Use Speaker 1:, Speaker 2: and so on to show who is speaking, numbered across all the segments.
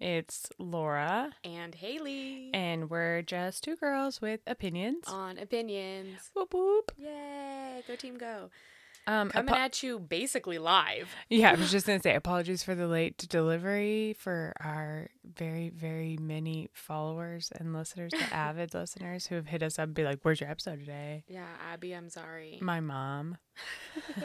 Speaker 1: It's Laura,
Speaker 2: and Haley
Speaker 1: and we're just two girls with opinions.
Speaker 2: on opinions.
Speaker 1: Whoop whoop.
Speaker 2: Yay, go team go.
Speaker 1: Um,
Speaker 2: Coming
Speaker 1: apo-
Speaker 2: at you basically live.
Speaker 1: yeah, I was just gonna say apologies for the late delivery for our very very many followers and listeners, the avid listeners who have hit us up and be like, "Where's your episode today?"
Speaker 2: Yeah, Abby, I'm sorry.
Speaker 1: My mom.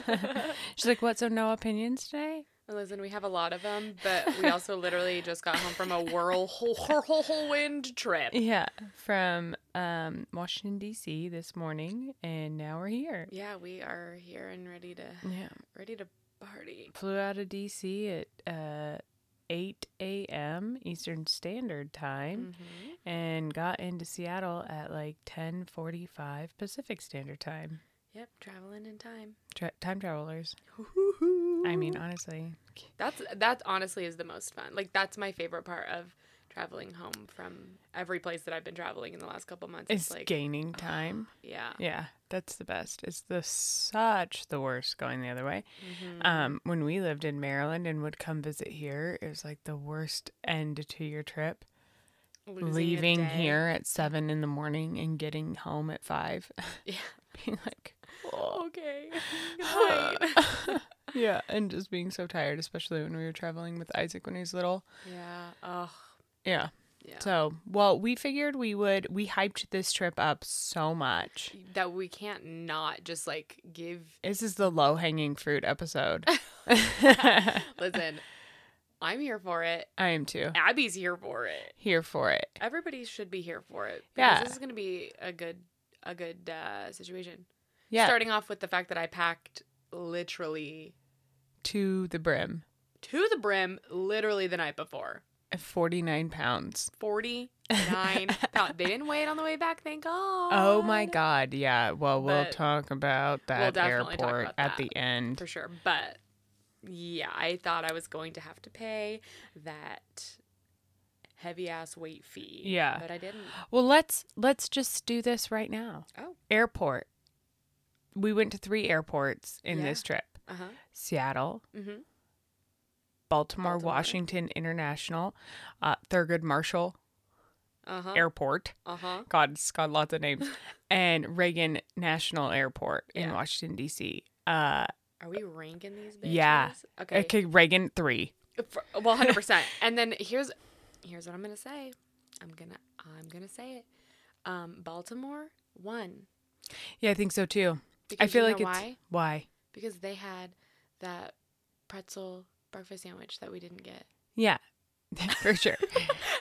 Speaker 1: She's like, "What? So no opinions today?"
Speaker 2: Listen, we have a lot of them, but we also literally just got home from a whirl whole, whole, whole wind trip.
Speaker 1: Yeah, from um, Washington D.C. this morning, and now we're here.
Speaker 2: Yeah, we are here and ready to
Speaker 1: Yeah.
Speaker 2: ready to party.
Speaker 1: flew out of DC at uh, 8 a.m. Eastern Standard Time
Speaker 2: Mhm.
Speaker 1: and got into Seattle at like 10:45 Pacific Standard Time.
Speaker 2: Yep, traveling in time.
Speaker 1: Tra- time travelers. I mean, honestly,
Speaker 2: That's that honestly is the most fun. Like that's my favorite part of traveling home from every place that I've been traveling in the last couple months.
Speaker 1: it's
Speaker 2: like
Speaker 1: gaining time.
Speaker 2: yeah.
Speaker 1: Yeah, that's the best. It's the such the worst going the other way.
Speaker 2: Mhm.
Speaker 1: Um, when we lived in Maryland and would come visit here, it was like the worst end to your trip.
Speaker 2: Losing a
Speaker 1: leaving
Speaker 2: day.
Speaker 1: here at seven in the morning and getting home at five.
Speaker 2: Yeah. Oh,
Speaker 1: being like, "Ah."
Speaker 2: Okay. Good night.
Speaker 1: yeah, and just being so tired, especially when we were traveling with Isaac when he was little.
Speaker 2: yeah. Oh.
Speaker 1: Yeah.
Speaker 2: Yeah.
Speaker 1: So, well, we figured we would, we hyped this trip up so much.
Speaker 2: that we can't not just like give.
Speaker 1: This is the low hanging fruit episode.
Speaker 2: Listen, I'm here for it.
Speaker 1: I am too
Speaker 2: Abby's here for it.
Speaker 1: here for it.
Speaker 2: Everybody should be here for it. because
Speaker 1: Yeah.
Speaker 2: This is gonna be a good a good uh, situation.
Speaker 1: Yeah.
Speaker 2: Starting off with the fact that I packed literally
Speaker 1: to the brim.
Speaker 2: to the brim literally the night before.
Speaker 1: 49 pounds.
Speaker 2: 49 pounds. They didn't weigh it on the way back, thank God.
Speaker 1: Oh my God. Yeah. Well, we'll
Speaker 2: But
Speaker 1: talk about that
Speaker 2: definitely
Speaker 1: airport
Speaker 2: talk about
Speaker 1: at
Speaker 2: that.
Speaker 1: the end.
Speaker 2: For sure. But yeah, I thought I was going to have to pay that heavy ass weight fee.
Speaker 1: Yeah.
Speaker 2: But I didn't.
Speaker 1: Well, let's let's just do this right now.
Speaker 2: Oh.
Speaker 1: Airport. We went to three airports in
Speaker 2: Yeah.
Speaker 1: this trip.
Speaker 2: Uh huh.
Speaker 1: Seattle,
Speaker 2: Mm-hmm.
Speaker 1: Baltimore,
Speaker 2: Baltimore.
Speaker 1: Washington International, uh, Thurgood Marshall
Speaker 2: Uh huh.
Speaker 1: Airport.
Speaker 2: Uh huh.
Speaker 1: God, it's got lots of names. and Reagan National Airport in
Speaker 2: Yeah.
Speaker 1: Washington D.C. Uh,
Speaker 2: Are we ranking these bitches?
Speaker 1: Yeah.
Speaker 2: Okay.
Speaker 1: okay. Reagan three.
Speaker 2: For- well, hundred percent. And then here's here's what I'm gonna say. I'm gonna I'm gonna say it. Um, Baltimore won.
Speaker 1: Yeah, I think so too. I
Speaker 2: Because
Speaker 1: feel
Speaker 2: you
Speaker 1: like
Speaker 2: know
Speaker 1: it's
Speaker 2: why?
Speaker 1: why.
Speaker 2: because they had that pretzel breakfast sandwich that we didn't get.
Speaker 1: Yeah, for sure.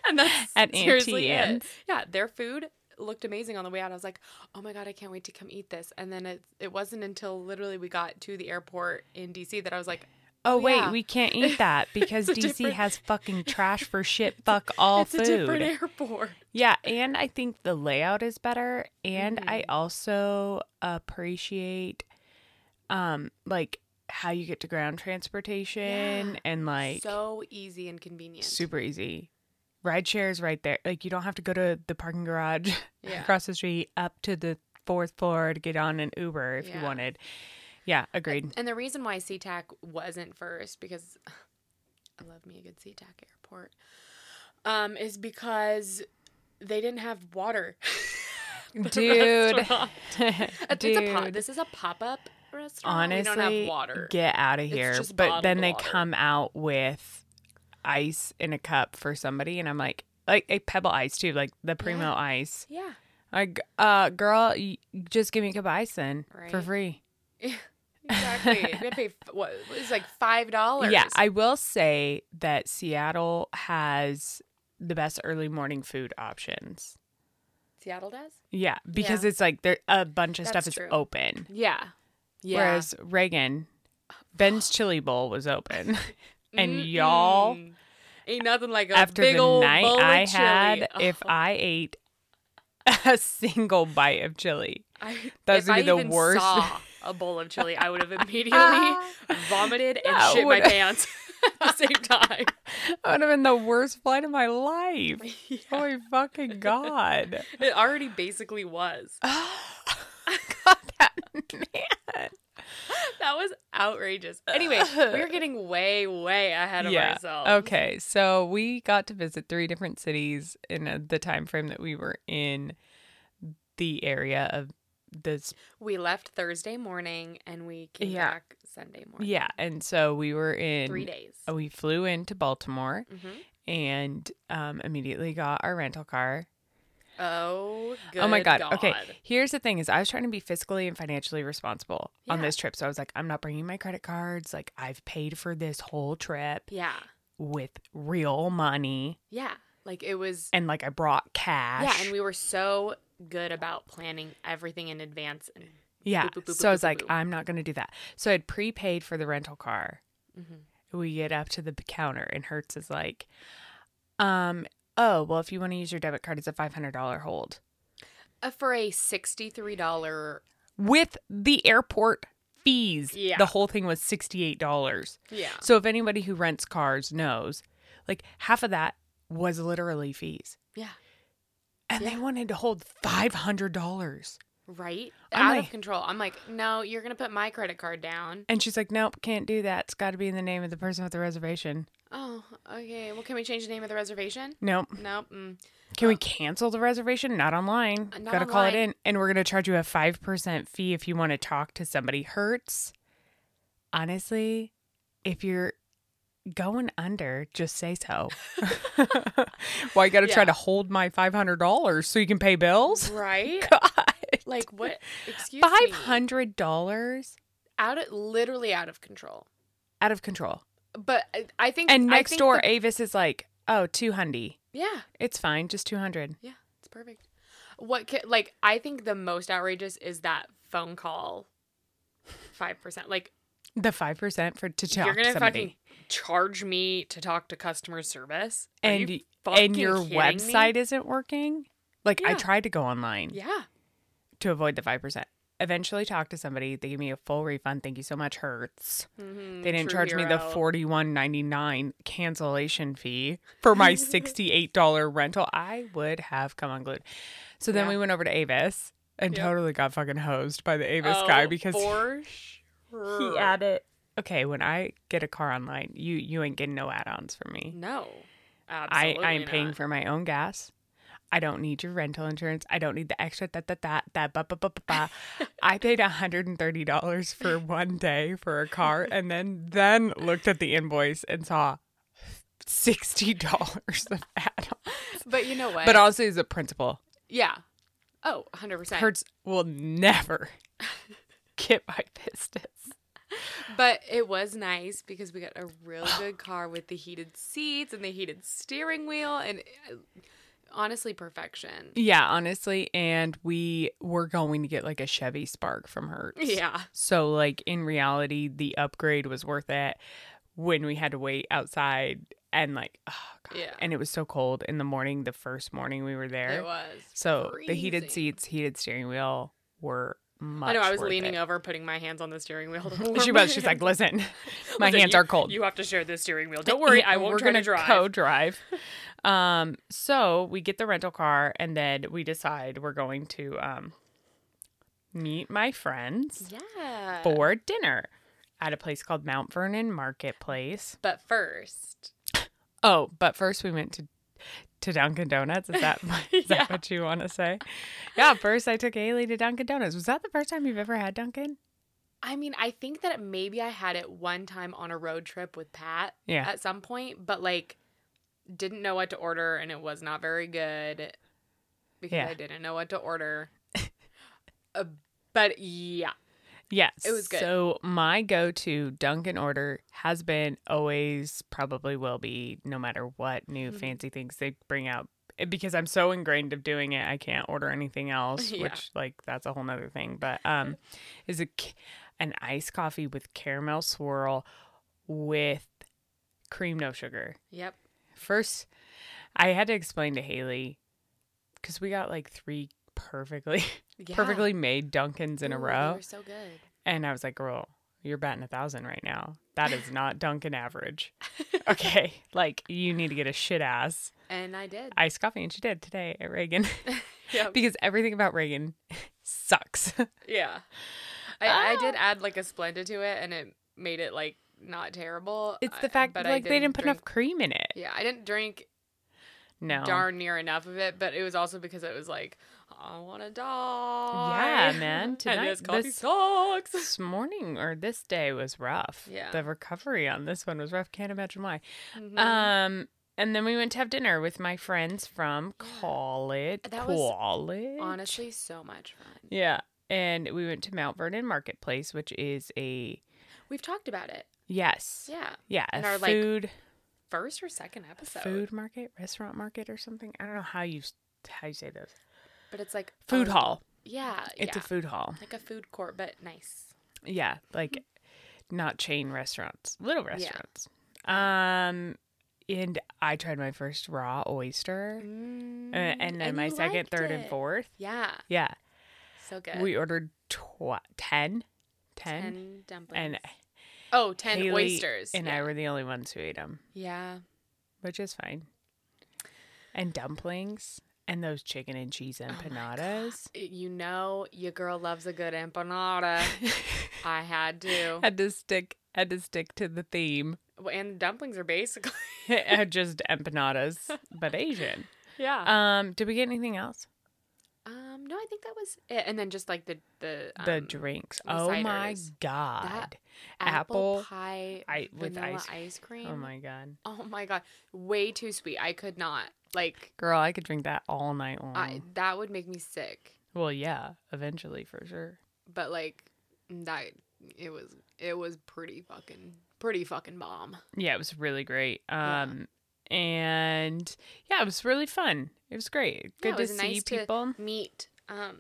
Speaker 2: And that's
Speaker 1: At
Speaker 2: seriously
Speaker 1: Auntie
Speaker 2: it.
Speaker 1: Anne's.
Speaker 2: Yeah, their food looked amazing on the way out. I was like, "Oh my god, I can't wait to come eat this." And then it it wasn't until literally we got to the airport in DC that I was like,
Speaker 1: Oh
Speaker 2: Oh,
Speaker 1: wait,
Speaker 2: yeah.
Speaker 1: we can't eat that because
Speaker 2: a
Speaker 1: DC
Speaker 2: different-
Speaker 1: has fucking trash for shit. Fuck all
Speaker 2: "It's
Speaker 1: food.
Speaker 2: a different airport."
Speaker 1: Yeah, and I think the layout is better and I
Speaker 2: Mhm.
Speaker 1: also appreciate um like how you get to ground transportation
Speaker 2: Yeah.
Speaker 1: and like
Speaker 2: so easy and convenient.
Speaker 1: super easy. Ride share is right there. Like you don't have to go to the parking garage
Speaker 2: Yeah.
Speaker 1: across the street up to the fourth floor to get on an Uber if you
Speaker 2: Yeah.
Speaker 1: wanted. Yeah, agreed.
Speaker 2: And the reason why SeaTac wasn't first, because I love me a good SeaTac airport, um, is because they didn't have water. The
Speaker 1: Dude.
Speaker 2: restaurant. It-
Speaker 1: Dude.
Speaker 2: It's a pop. This is a pop up restaurant.
Speaker 1: Honestly,
Speaker 2: we don't have water.
Speaker 1: get out of
Speaker 2: It's
Speaker 1: here.
Speaker 2: just
Speaker 1: But
Speaker 2: bottled
Speaker 1: then they
Speaker 2: water.
Speaker 1: come out with ice in a cup for somebody, and I'm like, like a pebble ice too, like the primo
Speaker 2: Yeah.
Speaker 1: ice.
Speaker 2: yeah.
Speaker 1: Like, uh, girl, y- just give me a cup of ice then for
Speaker 2: Right.
Speaker 1: free.
Speaker 2: Exactly. we had to pay f- what it was like five dollars.
Speaker 1: Yeah, I will say that Seattle has the best early morning food options.
Speaker 2: Seattle does.
Speaker 1: Yeah, because it's like there a bunch of stuff
Speaker 2: That's
Speaker 1: is
Speaker 2: true.
Speaker 1: open.
Speaker 2: Yeah. Yeah.
Speaker 1: Whereas Reagan, Ben's Chili Bowl was open, and y'all.
Speaker 2: Mm-mm. ain't nothing like a
Speaker 1: after
Speaker 2: big
Speaker 1: the
Speaker 2: old
Speaker 1: night
Speaker 2: bowl of
Speaker 1: I
Speaker 2: chili.
Speaker 1: had,
Speaker 2: Oh,
Speaker 1: if I ate a single bite of chili,
Speaker 2: I-
Speaker 1: that was
Speaker 2: if
Speaker 1: gonna
Speaker 2: I
Speaker 1: be the
Speaker 2: even
Speaker 1: worst.
Speaker 2: Saw a bowl of chili, I would have immediately vomited and
Speaker 1: That
Speaker 2: shit my
Speaker 1: would-
Speaker 2: pants at the same time.
Speaker 1: that would have been the worst flight of my life.
Speaker 2: Yeah.
Speaker 1: Holy fucking god!
Speaker 2: It already basically was.
Speaker 1: god, that man.
Speaker 2: That was outrageous. Anyway, we're getting way, way ahead of
Speaker 1: Yeah.
Speaker 2: ourselves.
Speaker 1: Okay, so we got to visit three different cities in uh the time frame that we were in the area of this.
Speaker 2: We left Thursday morning and we came
Speaker 1: Yeah.
Speaker 2: back Sunday morning.
Speaker 1: Yeah, and so we were in.
Speaker 2: Three days.
Speaker 1: uh, We flew into Baltimore
Speaker 2: hmm
Speaker 1: and um, immediately got our rental car.
Speaker 2: Oh, good
Speaker 1: oh my god. Okay, here's the thing: is I was trying to be fiscally and financially responsible on
Speaker 2: Yeah.
Speaker 1: this trip, so I was like, I'm not bringing my credit cards. Like I've paid for this whole trip
Speaker 2: Yeah.
Speaker 1: with real money,
Speaker 2: Yeah. Like it was.
Speaker 1: and like I brought cash.
Speaker 2: Yeah. And we were so good about planning everything in advance. And,
Speaker 1: Yeah.
Speaker 2: boop, boop, boop,
Speaker 1: so I
Speaker 2: boop,
Speaker 1: was
Speaker 2: boop,
Speaker 1: like,
Speaker 2: boop.
Speaker 1: I'm not going to do that. So I'd prepaid for the rental car.
Speaker 2: Mhm.
Speaker 1: We get up to the counter, and Hertz is like, um, oh, well, if you want to use your debit card, it's a $500 hold
Speaker 2: Uh, for a $63.
Speaker 1: with the airport fees.
Speaker 2: Yeah.
Speaker 1: The whole thing was $68.
Speaker 2: Yeah.
Speaker 1: So if anybody who rents cars knows, like half of that was literally fees.
Speaker 2: Yeah.
Speaker 1: And they
Speaker 2: Yeah.
Speaker 1: wanted to hold $500.
Speaker 2: Right?
Speaker 1: I'm
Speaker 2: Out
Speaker 1: like-
Speaker 2: of control. I'm like, no, you're going to put my credit card down.
Speaker 1: And she's like, nope, can't do that. It's got to be in the name of the person with the reservation.
Speaker 2: Oh, okay. Well, can we change the name of the reservation?
Speaker 1: Nope.
Speaker 2: Nope. Mm.
Speaker 1: Can we cancel the reservation? Not online.
Speaker 2: Uh, not
Speaker 1: Gotta call it
Speaker 2: online.
Speaker 1: in. And we're gonna charge you a five percent fee if you want to talk to somebody. Hertz. Honestly, if you're going under, just say so. Why you gotta try
Speaker 2: Yeah.
Speaker 1: to hold my five hundred dollars so you can pay bills?
Speaker 2: Right?
Speaker 1: God.
Speaker 2: like, what? Excuse me.
Speaker 1: Five hundred dollars
Speaker 2: Out of, literally out of control.
Speaker 1: out of control.
Speaker 2: But I, I think.
Speaker 1: And
Speaker 2: I
Speaker 1: next
Speaker 2: think
Speaker 1: door
Speaker 2: the-
Speaker 1: Avis is like, oh, two hundy.
Speaker 2: yeah.
Speaker 1: It's fine, just two hundred.
Speaker 2: Yeah. It's perfect. What, ca- like, I think the most outrageous is that phone call 5%. Like,
Speaker 1: The five percent for to talk
Speaker 2: you're going
Speaker 1: to
Speaker 2: to
Speaker 1: somebody.
Speaker 2: fucking charge me to talk to customer service? Are
Speaker 1: and
Speaker 2: you
Speaker 1: y-
Speaker 2: fucking
Speaker 1: and your
Speaker 2: kidding me?
Speaker 1: website isn't working. Like I
Speaker 2: Yeah.
Speaker 1: tried to go online
Speaker 2: Yeah.
Speaker 1: to avoid the five percent. Eventually talked to somebody. They gave me a full refund. Thank you so much, Hertz.
Speaker 2: Mhm,
Speaker 1: They didn't
Speaker 2: true
Speaker 1: charge me the
Speaker 2: hero.
Speaker 1: forty one ninety nine cancellation fee for my sixty eight dollar rental. I would have come unglued. So then
Speaker 2: Yeah.
Speaker 1: we went over to Avis and
Speaker 2: Yep.
Speaker 1: totally got fucking hosed by the Avis guy
Speaker 2: Oh,
Speaker 1: because
Speaker 2: for
Speaker 1: he
Speaker 2: sure.
Speaker 1: added. Okay, when I get a car online, you you ain't getting no add-ons from me.
Speaker 2: No.
Speaker 1: I,
Speaker 2: Absolutely
Speaker 1: I am paying
Speaker 2: not.
Speaker 1: for my own gas. I don't need your rental insurance. I don't need the extra that that that that ba ba ba ba ba. I paid hundred and thirty dollars for one day for a car, and then then looked at the invoice and saw sixty dollars of add on.
Speaker 2: But you know what?
Speaker 1: But also, as a principal,
Speaker 2: yeah. Oh, 100%.
Speaker 1: Hertz will never get my business.
Speaker 2: But it was nice because we got a real good car with the heated seats and the heated steering wheel and uh, honestly perfection.
Speaker 1: Yeah, honestly, and we were going to get like a Chevy Spark from Hertz.
Speaker 2: Yeah.
Speaker 1: So, like, in reality, the upgrade was worth it when we had to wait outside and, like, oh, God.
Speaker 2: Yeah.
Speaker 1: And it was so cold in the morning, the first morning we were there.
Speaker 2: It was.
Speaker 1: So, the heated
Speaker 2: freezing.
Speaker 1: seats, heated steering wheel were much.
Speaker 2: I know I was
Speaker 1: worth
Speaker 2: leaning
Speaker 1: it.
Speaker 2: over putting my hands on the steering wheel. to
Speaker 1: She
Speaker 2: warm my
Speaker 1: was. She's like,
Speaker 2: hands.
Speaker 1: listen, my
Speaker 2: Listen,
Speaker 1: hands
Speaker 2: you-
Speaker 1: are cold.
Speaker 2: You have to share this steering wheel. Don't worry, I won't
Speaker 1: We're
Speaker 2: try
Speaker 1: gonna
Speaker 2: to drive.
Speaker 1: co-drive. um, so we get the rental car, and then we decide we're going to um, meet my friends
Speaker 2: Yeah.
Speaker 1: for dinner at a place called Mount Vernon Marketplace.
Speaker 2: But first,
Speaker 1: Oh, but first we went to to Dunkin' Donuts. Is that is that
Speaker 2: Yeah.
Speaker 1: what you want to say? Yeah. First, I took Haley to Dunkin' Donuts. Was that the first time you've ever had Dunkin'?
Speaker 2: I mean, I think that maybe I had it one time on a road trip with Pat
Speaker 1: Yeah.
Speaker 2: at some point, but like didn't know what to order and it was not very good because
Speaker 1: Yeah.
Speaker 2: I didn't know what to order. uh, but yeah,
Speaker 1: Yes.
Speaker 2: It was good.
Speaker 1: So my go-to Dunkin' order has been always probably will be no matter what new
Speaker 2: Mhm.
Speaker 1: fancy things they bring out It- because I'm so ingrained of doing it I can't order anything else
Speaker 2: Yeah.
Speaker 1: which like that's a whole nother thing but um is a c- an iced coffee with caramel swirl with cream no sugar.
Speaker 2: yep.
Speaker 1: First I had to explain to Haley cuz we got like 3 perfectly
Speaker 2: Yeah.
Speaker 1: perfectly made Dunkins in a
Speaker 2: Ooh,
Speaker 1: row.
Speaker 2: They were so good.
Speaker 1: And I was like, girl, you're batting a thousand right now. That is not Dunkin' average. Okay. Like, you need to get a shit ass
Speaker 2: And I did.
Speaker 1: iced coffee. And she did today at Reagan
Speaker 2: Yep.
Speaker 1: because everything about Reagan sucks.
Speaker 2: yeah. I,
Speaker 1: Ah.
Speaker 2: I did add like a Splenda to it, and it made it like not terrible.
Speaker 1: It's
Speaker 2: I-
Speaker 1: the fact
Speaker 2: but
Speaker 1: that
Speaker 2: I
Speaker 1: like they didn't put
Speaker 2: drink-
Speaker 1: enough cream in it.
Speaker 2: Yeah, I didn't drink
Speaker 1: No.
Speaker 2: darn near enough of it, but it was also because it was like I want to die.
Speaker 1: Yeah, man.
Speaker 2: and
Speaker 1: Tonight-
Speaker 2: this coffee
Speaker 1: this-
Speaker 2: sucks.
Speaker 1: This morning or this day was rough.
Speaker 2: Yeah.
Speaker 1: The recovery on this one was rough. Can't imagine why.
Speaker 2: Mhm.
Speaker 1: Um, and then we went to have dinner with my friends from
Speaker 2: Yeah.
Speaker 1: college.
Speaker 2: That was
Speaker 1: college.
Speaker 2: Honestly, so much fun.
Speaker 1: Yeah. And we went to Mount Vernon Marketplace, which is a
Speaker 2: We've talked about it.
Speaker 1: yes.
Speaker 2: Yeah,
Speaker 1: Yeah.
Speaker 2: And
Speaker 1: a
Speaker 2: our, like,
Speaker 1: food
Speaker 2: first or second episode,
Speaker 1: food market, restaurant market or something. I don't know how you s- how you say this.
Speaker 2: but it's like
Speaker 1: Food
Speaker 2: oh,
Speaker 1: hall.
Speaker 2: Yeah,
Speaker 1: It's
Speaker 2: Oh, yeah,
Speaker 1: a food hall.
Speaker 2: like a food court, but nice.
Speaker 1: Yeah, like not chain restaurants, little restaurants. Um and I tried my first raw oyster
Speaker 2: Mm,
Speaker 1: uh, and then my
Speaker 2: you
Speaker 1: second,
Speaker 2: liked
Speaker 1: third and
Speaker 2: it.
Speaker 1: fourth.
Speaker 2: Yeah,
Speaker 1: Yeah.
Speaker 2: so good.
Speaker 1: We ordered tw- 10 10,
Speaker 2: ten dumplings.
Speaker 1: and
Speaker 2: oh, ten
Speaker 1: Haley
Speaker 2: oysters.
Speaker 1: and
Speaker 2: yeah.
Speaker 1: I were the only ones who ate them.
Speaker 2: yeah.
Speaker 1: which is fine. And dumplings and those chicken and cheese
Speaker 2: Oh
Speaker 1: empanadas.
Speaker 2: You know, your girl loves a good empanada. I had to.
Speaker 1: had to stick had to stick to the theme. Uh,
Speaker 2: Well, And dumplings are basically.
Speaker 1: Just empanadas, but Asian.
Speaker 2: Yeah.
Speaker 1: Um, did we get anything else?
Speaker 2: Um. No, I think that was it. And then just like the the um,
Speaker 1: the drinks.
Speaker 2: the
Speaker 1: Oh my
Speaker 2: ciders.
Speaker 1: god. apple
Speaker 2: pie
Speaker 1: I- with
Speaker 2: vanilla
Speaker 1: ice-
Speaker 2: ice, cream.
Speaker 1: Oh my god.
Speaker 2: Oh my god. Way too sweet. I could not. Like
Speaker 1: Girl, I could drink that all night long.
Speaker 2: I that would make me sick.
Speaker 1: well, yeah, eventually for sure.
Speaker 2: But like that it was it was pretty fucking pretty fucking bomb.
Speaker 1: Yeah, it was really great.
Speaker 2: Yeah.
Speaker 1: Um and yeah, it was really fun. It was great.
Speaker 2: Yeah,
Speaker 1: Good
Speaker 2: it
Speaker 1: to
Speaker 2: was
Speaker 1: see
Speaker 2: nice to-
Speaker 1: people.
Speaker 2: Meet um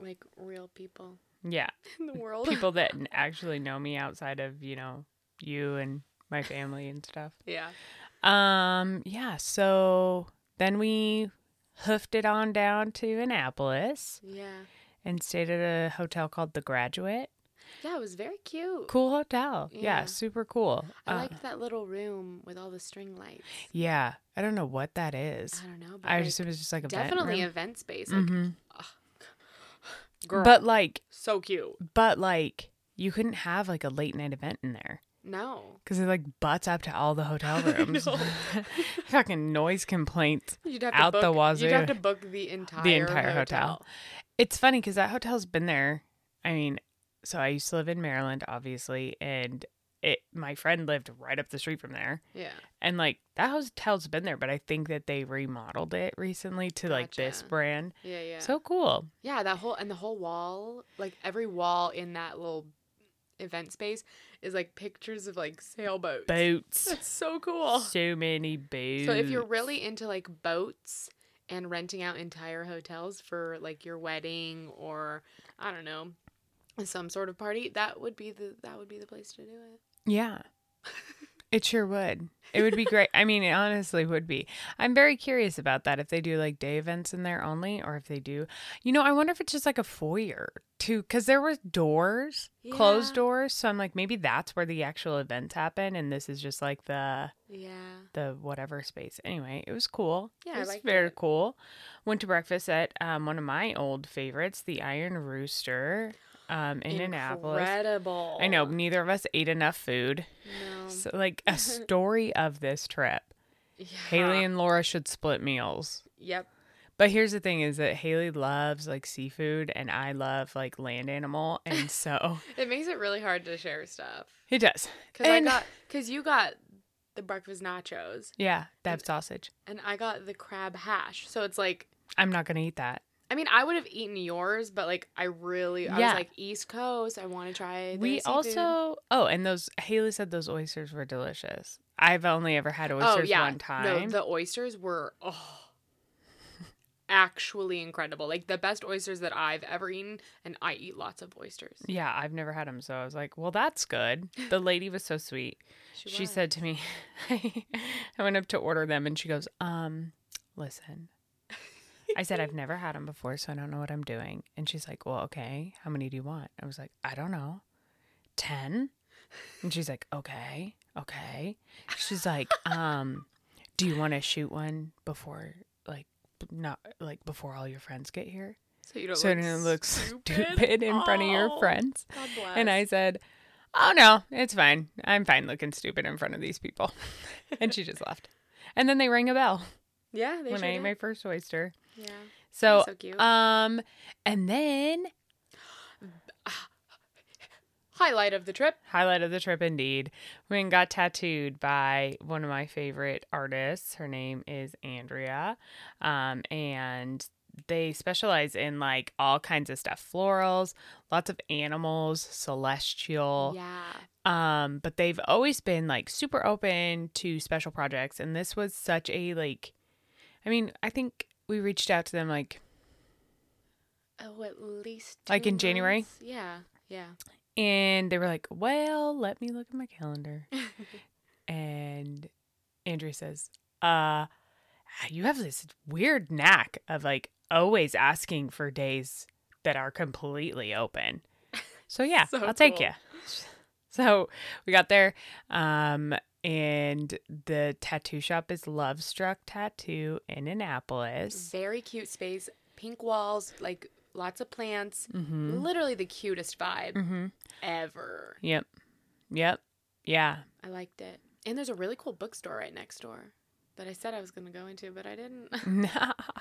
Speaker 2: like real people
Speaker 1: Yeah.
Speaker 2: in the world.
Speaker 1: people that n- actually know me outside of you know you and my family and stuff
Speaker 2: Yeah.
Speaker 1: um yeah so then we hoofed it on down to annapolis
Speaker 2: Yeah.
Speaker 1: and stayed at a hotel called the graduate
Speaker 2: Yeah, it was very cute.
Speaker 1: cool hotel yeah,
Speaker 2: Yeah.
Speaker 1: super cool
Speaker 2: I
Speaker 1: Uh,
Speaker 2: liked that little room with all the string lights.
Speaker 1: yeah i don't know what that is
Speaker 2: I don't know, but
Speaker 1: i
Speaker 2: like,
Speaker 1: just it was just like a
Speaker 2: definitely
Speaker 1: vent
Speaker 2: event space. Like,
Speaker 1: room. Mhm.
Speaker 2: Girl,
Speaker 1: but like
Speaker 2: so cute.
Speaker 1: but like you couldn't have like a late night event in there
Speaker 2: No,
Speaker 1: because it like butts up to all the hotel rooms
Speaker 2: know.
Speaker 1: fucking noise complaints
Speaker 2: you'd have
Speaker 1: Out
Speaker 2: to
Speaker 1: the
Speaker 2: book,
Speaker 1: wazoo.
Speaker 2: You'd have to book the entire
Speaker 1: entire hotel. It's funny because that hotel's been there. I mean, so I used to live in Maryland, obviously, and it my friend lived right up the street from there,
Speaker 2: Yeah,
Speaker 1: and like that hotel's been there, but I think that they remodeled it recently to like this
Speaker 2: Gotcha.
Speaker 1: brand.
Speaker 2: yeah, yeah.
Speaker 1: So cool.
Speaker 2: yeah, that whole and the whole wall, like every wall in that little event space, is like pictures of like sailboats.
Speaker 1: Boats.
Speaker 2: That's so cool.
Speaker 1: So many boats.
Speaker 2: So if you're really into like boats and renting out entire hotels for like your wedding or I don't know some sort of party, that would be the that would be the place to do it.
Speaker 1: Yeah. It sure would. It would be great. I mean, it honestly would be. I'm very curious about that if they do like day events in there only, or if they do, you know, I wonder if it's just like a foyer too, because there were doors, closed
Speaker 2: Yeah.
Speaker 1: doors. So I'm like, maybe that's where the actual events happen, and this is just like the
Speaker 2: Yeah.
Speaker 1: the whatever space. Anyway, it was cool.
Speaker 2: Yeah,
Speaker 1: it
Speaker 2: I
Speaker 1: was
Speaker 2: liked
Speaker 1: very
Speaker 2: it.
Speaker 1: cool. Went to breakfast at um, one of my old favorites, the Iron Rooster, um, in Annapolis.
Speaker 2: Incredible. Um.
Speaker 1: I know neither of us ate enough food.
Speaker 2: No.
Speaker 1: So, like a story of this trip.
Speaker 2: yeah.
Speaker 1: Haley and Laura should split meals.
Speaker 2: Yep.
Speaker 1: But here's the thing is that Haley loves like seafood and I love like land animal and so
Speaker 2: It makes it really hard to share stuff.
Speaker 1: he does.
Speaker 2: Cause I
Speaker 1: And-
Speaker 2: got, cause you got the breakfast nachos
Speaker 1: Yeah, that sausage.
Speaker 2: and I got the crab hash. So it's like,
Speaker 1: I'm not going to eat that.
Speaker 2: I mean, I would have eaten yours, but like, I really, I
Speaker 1: Yeah.
Speaker 2: was like East Coast. I want to try. their
Speaker 1: We
Speaker 2: seafood.
Speaker 1: also Oh, and those Haley said those oysters were delicious. I've only ever had oysters one time.
Speaker 2: Oh, No, the oysters were oh, actually incredible. Like the best oysters that I've ever eaten, and I eat lots of oysters.
Speaker 1: yeah, I've never had them, so I was like, "Well, that's good." The lady was so sweet. she
Speaker 2: was.
Speaker 1: said to me I went up to order them and she goes um listen i said i've never had them before so i don't know what i'm doing and she's like well okay how many do you want i was like i don't know 10 and she's like okay okay she's like um do you want to shoot one before like not like before all your friends get here
Speaker 2: So you don't
Speaker 1: so
Speaker 2: look,
Speaker 1: it didn't look stupid,
Speaker 2: stupid?
Speaker 1: in front of your
Speaker 2: Oh,
Speaker 1: friends.
Speaker 2: God bless.
Speaker 1: And I said, Oh no, it's fine. I'm fine looking stupid in front of these people. and she just left. And then they rang a bell
Speaker 2: yeah, they
Speaker 1: when
Speaker 2: sure
Speaker 1: I ate
Speaker 2: did.
Speaker 1: my first oyster.
Speaker 2: yeah.
Speaker 1: So,
Speaker 2: so cute.
Speaker 1: um, and then
Speaker 2: Highlight of the trip.
Speaker 1: highlight of the trip indeed, when got tattooed by one of my favorite artists. Her name is Andrea, um, and they specialize in like all kinds of stuff, florals, lots of animals, celestial.
Speaker 2: Yeah.
Speaker 1: um but they've always been like super open to special projects and this was such a like i mean i think we reached out to them like
Speaker 2: Oh, at least
Speaker 1: Like
Speaker 2: two
Speaker 1: in January?
Speaker 2: months. Yeah. Yeah.
Speaker 1: and they were like well let me look at my calendar and andrea says uh you have this weird knack of like always asking for days that are completely open so yeah
Speaker 2: So
Speaker 1: i'll take
Speaker 2: cool.
Speaker 1: you so we got there um and the tattoo shop is love struck tattoo in annapolis
Speaker 2: Very cute space. Pink walls, like lots of plants.
Speaker 1: mm-hmm
Speaker 2: Literally the cutest vibe
Speaker 1: mm-hmm
Speaker 2: ever.
Speaker 1: yep yep yeah
Speaker 2: I liked it. And there's a really cool bookstore right next door that I said I was going to go into, but I didn't.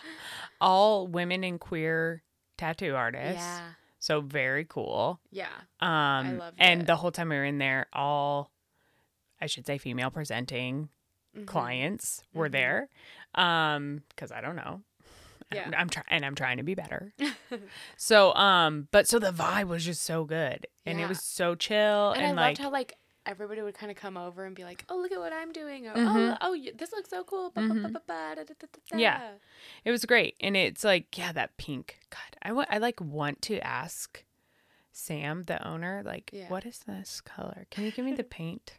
Speaker 1: all women and queer tattoo artists
Speaker 2: Yeah.
Speaker 1: so very cool
Speaker 2: Yeah.
Speaker 1: Um,
Speaker 2: loved
Speaker 1: and
Speaker 2: it.
Speaker 1: the whole time we were in there, all I should say female presenting
Speaker 2: Mhm.
Speaker 1: clients were
Speaker 2: Mhm.
Speaker 1: there. Um, because I don't know.
Speaker 2: Yeah.
Speaker 1: I'm, I'm trying and I'm trying to be better. So, um, but so the vibe was just so good and
Speaker 2: Yeah.
Speaker 1: it was so chill
Speaker 2: and
Speaker 1: and,
Speaker 2: I
Speaker 1: like,
Speaker 2: loved how like everybody would kind of come over and be like, "Oh, look at what I'm doing!" Or, "Oh,
Speaker 1: Mhm.
Speaker 2: oh, you- this looks so cool!" Ba, ba, ba,
Speaker 1: Mhm.
Speaker 2: ba, ba, da, da, da, da,
Speaker 1: Yeah.
Speaker 2: da.
Speaker 1: it was great. And it's like, yeah, that pink. God, I want, I like want to ask Sam, the owner, like,
Speaker 2: Yeah.
Speaker 1: what is this color? Can you give me the paint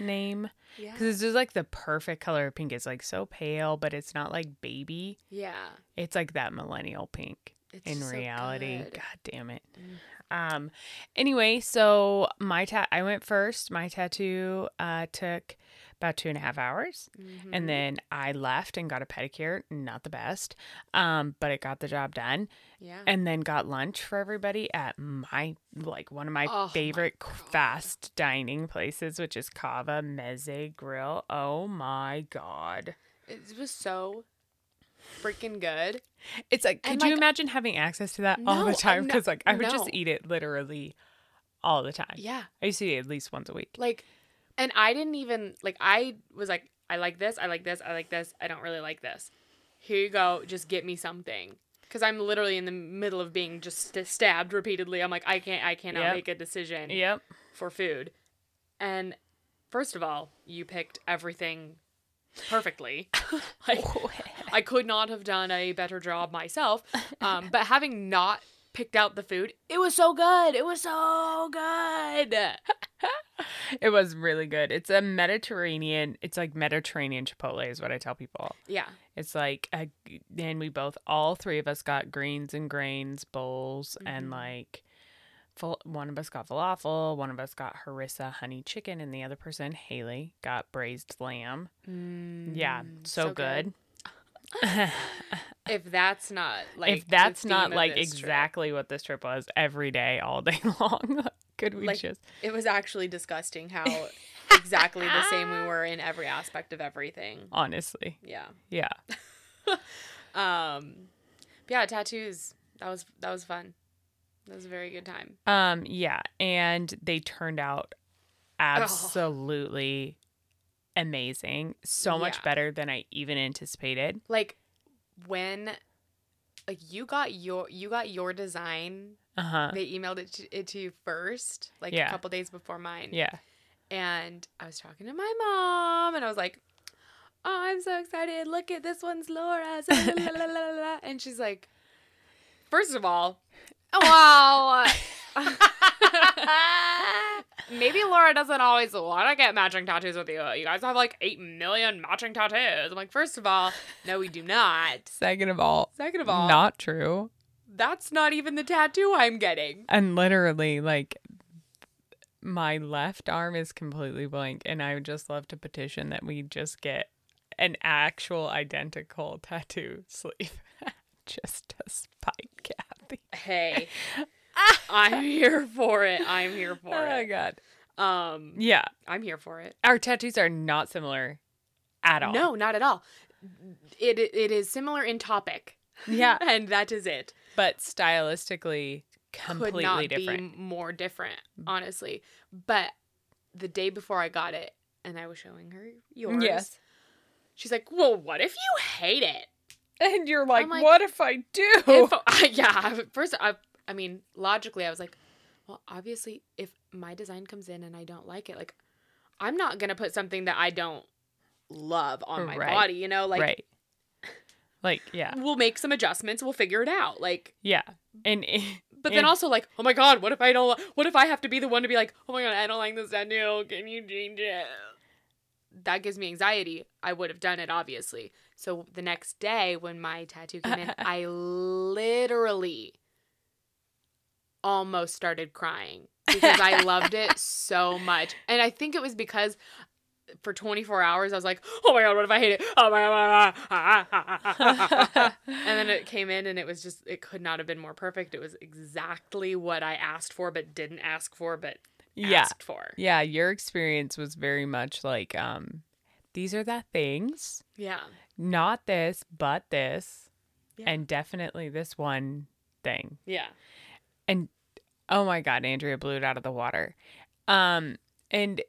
Speaker 1: name?
Speaker 2: yeah,
Speaker 1: Because it's just like the perfect color of pink. It's like so pale, but it's not like baby.
Speaker 2: yeah. It's
Speaker 1: It's like that millennial pink in
Speaker 2: just so
Speaker 1: reality.
Speaker 2: good.
Speaker 1: God damn it.
Speaker 2: Mm.
Speaker 1: Um. Anyway, so my tat I went first. My tattoo uh took about two and a half hours,
Speaker 2: Mhm.
Speaker 1: and then I left and got a pedicure. Not the best, um, but it got the job done.
Speaker 2: yeah,
Speaker 1: And then got lunch for everybody at my like one of my
Speaker 2: Oh my
Speaker 1: favorite qu-
Speaker 2: God.
Speaker 1: fast dining places, which is Cava Meze Grill. Oh my god!
Speaker 2: it was so freaking good.
Speaker 1: It's like, could
Speaker 2: And,
Speaker 1: you
Speaker 2: like,
Speaker 1: imagine having access to that all
Speaker 2: no,
Speaker 1: the
Speaker 2: uh,
Speaker 1: time?
Speaker 2: no-
Speaker 1: Because like I would just
Speaker 2: no.
Speaker 1: eat it literally all the time.
Speaker 2: Yeah,
Speaker 1: I used to eat it at least once a week.
Speaker 2: like, and I didn't even like. I was like, I like this. I like this. I like this. I don't really like this. Here you go. Just get me something. Because I'm literally in the middle of being just st- stabbed repeatedly. I'm like, I can't. I cannot
Speaker 1: Yep.
Speaker 2: make a decision.
Speaker 1: Yep.
Speaker 2: for food. And first of all, you picked everything perfectly. like, I could not have done a better job myself. Um, but having not picked out the food, it was so good. It was so good.
Speaker 1: It was really good. It's a Mediterranean. It's like Mediterranean Chipotle is what I tell people.
Speaker 2: Yeah.
Speaker 1: It's like, a, and we both, all three of us got greens and grains bowls, and
Speaker 2: Mhm.
Speaker 1: like, fal- one of us got falafel, one of us got harissa honey chicken, and the other person, Haley, got braised lamb. yeah, so, good.
Speaker 2: Mm, If that's not like
Speaker 1: if that's
Speaker 2: the
Speaker 1: not
Speaker 2: theme of
Speaker 1: like
Speaker 2: this trip,
Speaker 1: exactly what this trip was, every day, all day long, could we
Speaker 2: Like,
Speaker 1: just?
Speaker 2: it was actually disgusting how exactly the same we were in every aspect of everything.
Speaker 1: Honestly,
Speaker 2: Yeah.
Speaker 1: yeah.
Speaker 2: Um, but yeah, tattoos. That was that was fun. That was a very good time.
Speaker 1: Um, yeah, and they turned out
Speaker 2: Oh.
Speaker 1: absolutely amazing. So much
Speaker 2: Yeah.
Speaker 1: better than I even anticipated.
Speaker 2: Like when, like you got your you got your design.
Speaker 1: Uh-huh.
Speaker 2: They emailed it to, it to you first, like
Speaker 1: Yeah.
Speaker 2: a couple days before mine.
Speaker 1: Yeah.
Speaker 2: And I was talking to my mom, and I was like, "Oh, I'm so excited! Look at this one's Laura's." la, la, la, la, la, la." And she's like, first of all, wow." Maybe Laura doesn't always want to get matching tattoos with you. You guys have like 8 million matching tattoos. I'm like, first of all, no, we do not.
Speaker 1: Second of all,
Speaker 2: Second of all,
Speaker 1: not true.
Speaker 2: that's not even the tattoo I'm getting.
Speaker 1: And literally like my left arm is completely blank and I would just love to petition that we just get an actual identical tattoo sleeve. just a spike cap. healthy.
Speaker 2: Hey, I'm here for it. I'm here for
Speaker 1: oh my
Speaker 2: it.
Speaker 1: god.
Speaker 2: Um,
Speaker 1: Yeah.
Speaker 2: I'm here for it.
Speaker 1: Our tattoos are not similar at all.
Speaker 2: No, not at all. It it is similar in topic,
Speaker 1: Yeah.
Speaker 2: and that is it.
Speaker 1: But stylistically completely
Speaker 2: Could not
Speaker 1: different. Mm.
Speaker 2: be more different, honestly. But the day before I got it, and I was showing her yours.
Speaker 1: Yes.
Speaker 2: She's like, "Well, what if you hate it?"
Speaker 1: And you're like,
Speaker 2: like,
Speaker 1: what if I do?
Speaker 2: If, I, yeah. I- First, I I mean, logically, I was like, "Well, obviously, if my design comes in and I don't like it, like, I'm not gonna put something that I don't love on my
Speaker 1: Right.
Speaker 2: body. You know, like,
Speaker 1: right. Like, yeah.
Speaker 2: we'll make some adjustments. We'll figure it out. Like,
Speaker 1: Yeah. And
Speaker 2: But then
Speaker 1: And-
Speaker 2: also like, oh my god, what if I don't? What if I have to be the one to be like, oh my god, I don't like this tattoo. Can you change it? That gives me anxiety. I would have done it obviously. So the next day when my tattoo came in, I literally almost started crying because I loved it so much, and I think it was because. For 24 hours, I was like, "Oh my god, what if I hate it? Oh my god!" ah, ah, ah, ah, ah, ah, ah." and then it came in and it was just it could not have been more perfect it was exactly what i asked for but didn't ask for but
Speaker 1: yeah.
Speaker 2: asked for
Speaker 1: Yeah, your experience was very much like um these are the things,
Speaker 2: yeah
Speaker 1: not this, but this,
Speaker 2: Yeah.
Speaker 1: and definitely this one thing.
Speaker 2: yeah
Speaker 1: And oh my god, Andrea blew it out of the water. Um and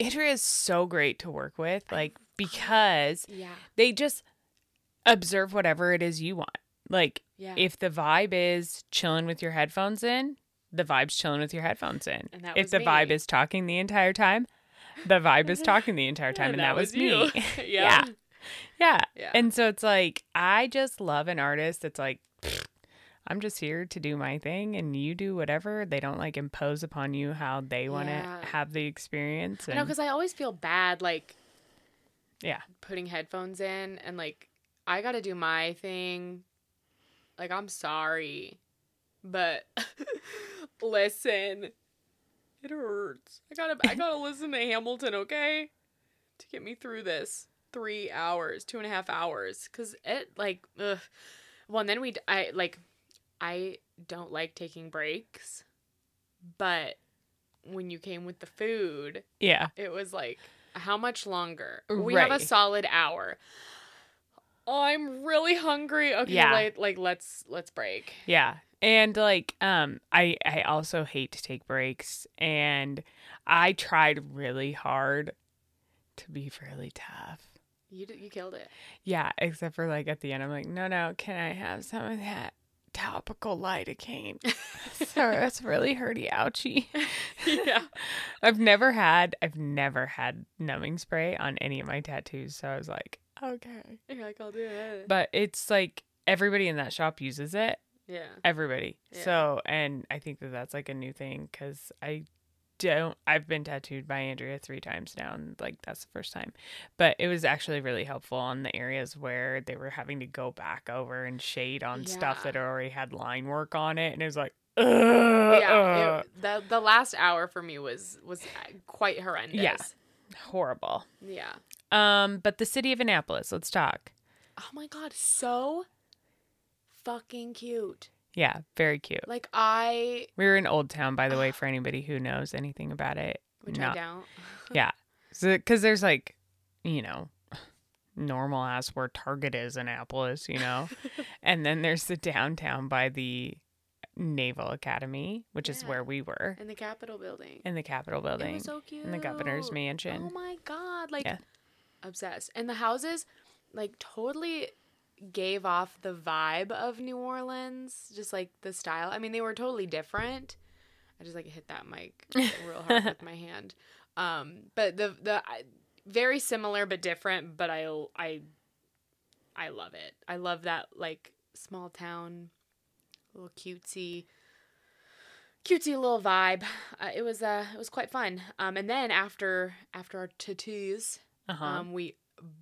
Speaker 1: Andrea is so great to work with like because
Speaker 2: yeah
Speaker 1: they just observe whatever it is you want. Like
Speaker 2: yeah
Speaker 1: if the vibe is chilling with your headphones in, the vibe's chilling with your headphones in.
Speaker 2: And that
Speaker 1: if
Speaker 2: was
Speaker 1: the vibe
Speaker 2: me.
Speaker 1: is talking the entire time, the vibe is talking the entire time, and, that, was,
Speaker 2: you.
Speaker 1: me.
Speaker 2: yeah
Speaker 1: Yeah. yeah.
Speaker 2: yeah
Speaker 1: And so it's like I just love an artist that's like, "Pfft, I'm just here to do my thing, and you do whatever. They don't like impose upon you how they want to
Speaker 2: Yeah.
Speaker 1: have the experience.
Speaker 2: i know
Speaker 1: and-
Speaker 2: because i always feel bad like
Speaker 1: Yeah.
Speaker 2: putting headphones in and like i gotta do my thing like i'm sorry but listen it hurts i gotta i gotta listen to hamilton okay to get me through this three hours two and a half hours because it like ugh. well and then we d- i like i don't like taking breaks but when you came with the food
Speaker 1: yeah,
Speaker 2: it was like, how much longer? We have a
Speaker 1: Right.
Speaker 2: solid hour. Oh, I'm really hungry. Okay,
Speaker 1: Yeah.
Speaker 2: like, like let's let's break.
Speaker 1: yeah. And like, um, I I also hate to take breaks, and I tried really hard to be really tough.
Speaker 2: You did, you killed it.
Speaker 1: Yeah, except for like at the end, I'm like, no, no, can I have some of that topical lidocaine? Sorry, that's really hurty ouchy.
Speaker 2: yeah.
Speaker 1: I've never had, I've never had numbing spray on any of my tattoos, so I was like, okay.
Speaker 2: You're like, I'll do it.
Speaker 1: But it's like everybody in that shop uses it,
Speaker 2: yeah.
Speaker 1: everybody.
Speaker 2: Yeah.
Speaker 1: So, and I think that that's like a new thing because I don't, I've been tattooed by Andrea three times now, and like that's the first time. But it was actually really helpful on the areas where they were having to go back over and shade on stuff
Speaker 2: Yeah.
Speaker 1: that already had line work on it. And it was like,
Speaker 2: yeah.
Speaker 1: yeah,
Speaker 2: it- the the last hour for me was was uh, quite horrendous.
Speaker 1: horrible.
Speaker 2: Yeah.
Speaker 1: Um, but the city of Annapolis, let's talk.
Speaker 2: Oh my god, so fucking cute.
Speaker 1: Yeah, very cute.
Speaker 2: Like I,
Speaker 1: We were in Old Town, by the way, for anybody who knows anything about it.
Speaker 2: which
Speaker 1: Not-
Speaker 2: I don't.
Speaker 1: because there's like, you know, normal ass where Target is in Annapolis, you know, and then there's the downtown by the Naval Academy, which is
Speaker 2: Yeah.
Speaker 1: where we were
Speaker 2: In the Capitol building.
Speaker 1: in the Capitol
Speaker 2: It
Speaker 1: building,
Speaker 2: was so cute.
Speaker 1: in the governor's mansion.
Speaker 2: Oh my god, like
Speaker 1: Yeah.
Speaker 2: obsessed. And the houses like totally gave off the vibe of New Orleans, just like the style. I mean, they were totally different. I just like hit that mic real hard with my hand. Um, but the the I- very similar but different, but I I I love it. I love that like small town little cutesy cutesy little vibe. Uh, it was uh it was quite fun. Um and then after after our tattoos,
Speaker 1: Uh-huh.
Speaker 2: um we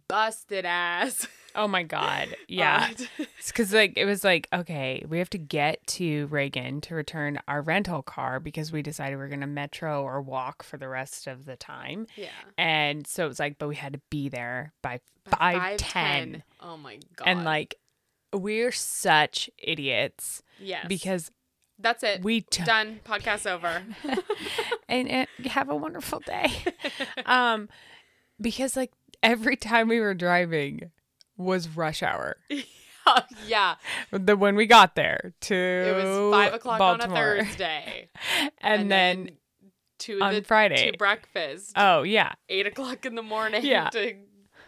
Speaker 2: busted ass.
Speaker 1: oh my god, yeah.
Speaker 2: Uh,
Speaker 1: because like it was like okay we have to get to reagan to return our rental car because we decided we are going to metro or walk for the rest of the time
Speaker 2: yeah.
Speaker 1: and so it was like but we had to be there by
Speaker 2: By
Speaker 1: 510
Speaker 2: Oh my god.
Speaker 1: and like We're such idiots
Speaker 2: Yes.
Speaker 1: because
Speaker 2: that's it.
Speaker 1: we took
Speaker 2: Done. Podcast over.
Speaker 1: and, and have a wonderful day. um, because like every time we were driving was rush hour.
Speaker 2: yeah.
Speaker 1: The when we got there to
Speaker 2: It was five o'clock on
Speaker 1: Baltimore.
Speaker 2: a Thursday.
Speaker 1: and, then,
Speaker 2: to
Speaker 1: on
Speaker 2: the,
Speaker 1: Friday.
Speaker 2: to breakfast.
Speaker 1: oh yeah,
Speaker 2: eight o'clock in the morning
Speaker 1: Yeah.
Speaker 2: to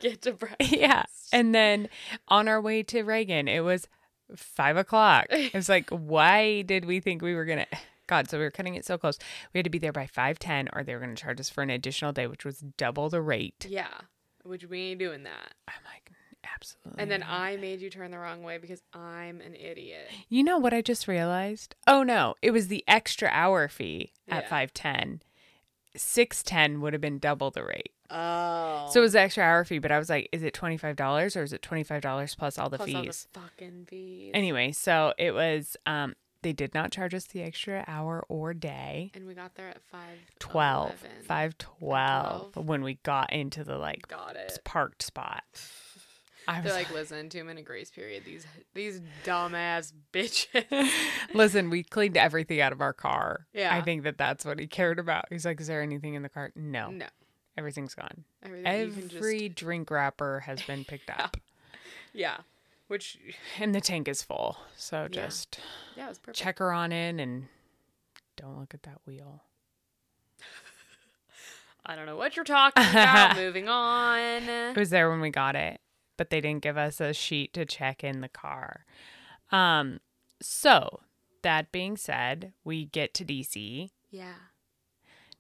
Speaker 2: get to breakfast.
Speaker 1: yeah, and then on our way to Reagan, it was five o'clock. It was like, why did we think we were gonna? God, so we were cutting it so close. We had to be there by five ten, or they were gonna charge us for an additional day, which was double the rate.
Speaker 2: Yeah. Which we ain't doing that.
Speaker 1: I'm like, absolutely.
Speaker 2: And
Speaker 1: not.
Speaker 2: then I made you turn the wrong way because I'm an idiot.
Speaker 1: You know what I just realized? Oh no, it was the extra hour fee at
Speaker 2: Yeah.
Speaker 1: 510. 610 would have been double the rate.
Speaker 2: Oh.
Speaker 1: So it was the extra hour fee, but I was like, is it $25 or is it $25 plus all the
Speaker 2: Plus
Speaker 1: fees?
Speaker 2: all the fucking fees.
Speaker 1: Anyway, so it was um they did not charge us the extra hour or day.
Speaker 2: And we got there at five
Speaker 1: 12
Speaker 2: 11.
Speaker 1: 512 when we got into the like
Speaker 2: Got it.
Speaker 1: parked spot. I was
Speaker 2: They're like, listen, two minute grace period. These these dumbass bitches.
Speaker 1: Listen, we cleaned everything out of our car.
Speaker 2: Yeah.
Speaker 1: I think that that's what he cared about. He's like, is there anything in the car? No.
Speaker 2: no,
Speaker 1: Everything's gone.
Speaker 2: everything you can
Speaker 1: Every
Speaker 2: just
Speaker 1: drink wrapper has been picked up
Speaker 2: yeah, which
Speaker 1: and the tank is full. So just
Speaker 2: yeah, it was perfect.
Speaker 1: check her on in and don't look at that wheel.
Speaker 2: I don't know what you're talking about. Moving on.
Speaker 1: It was there when we got it, but they didn't give us a sheet to check in the car. Um, so that being said, we get to DC.
Speaker 2: Yeah.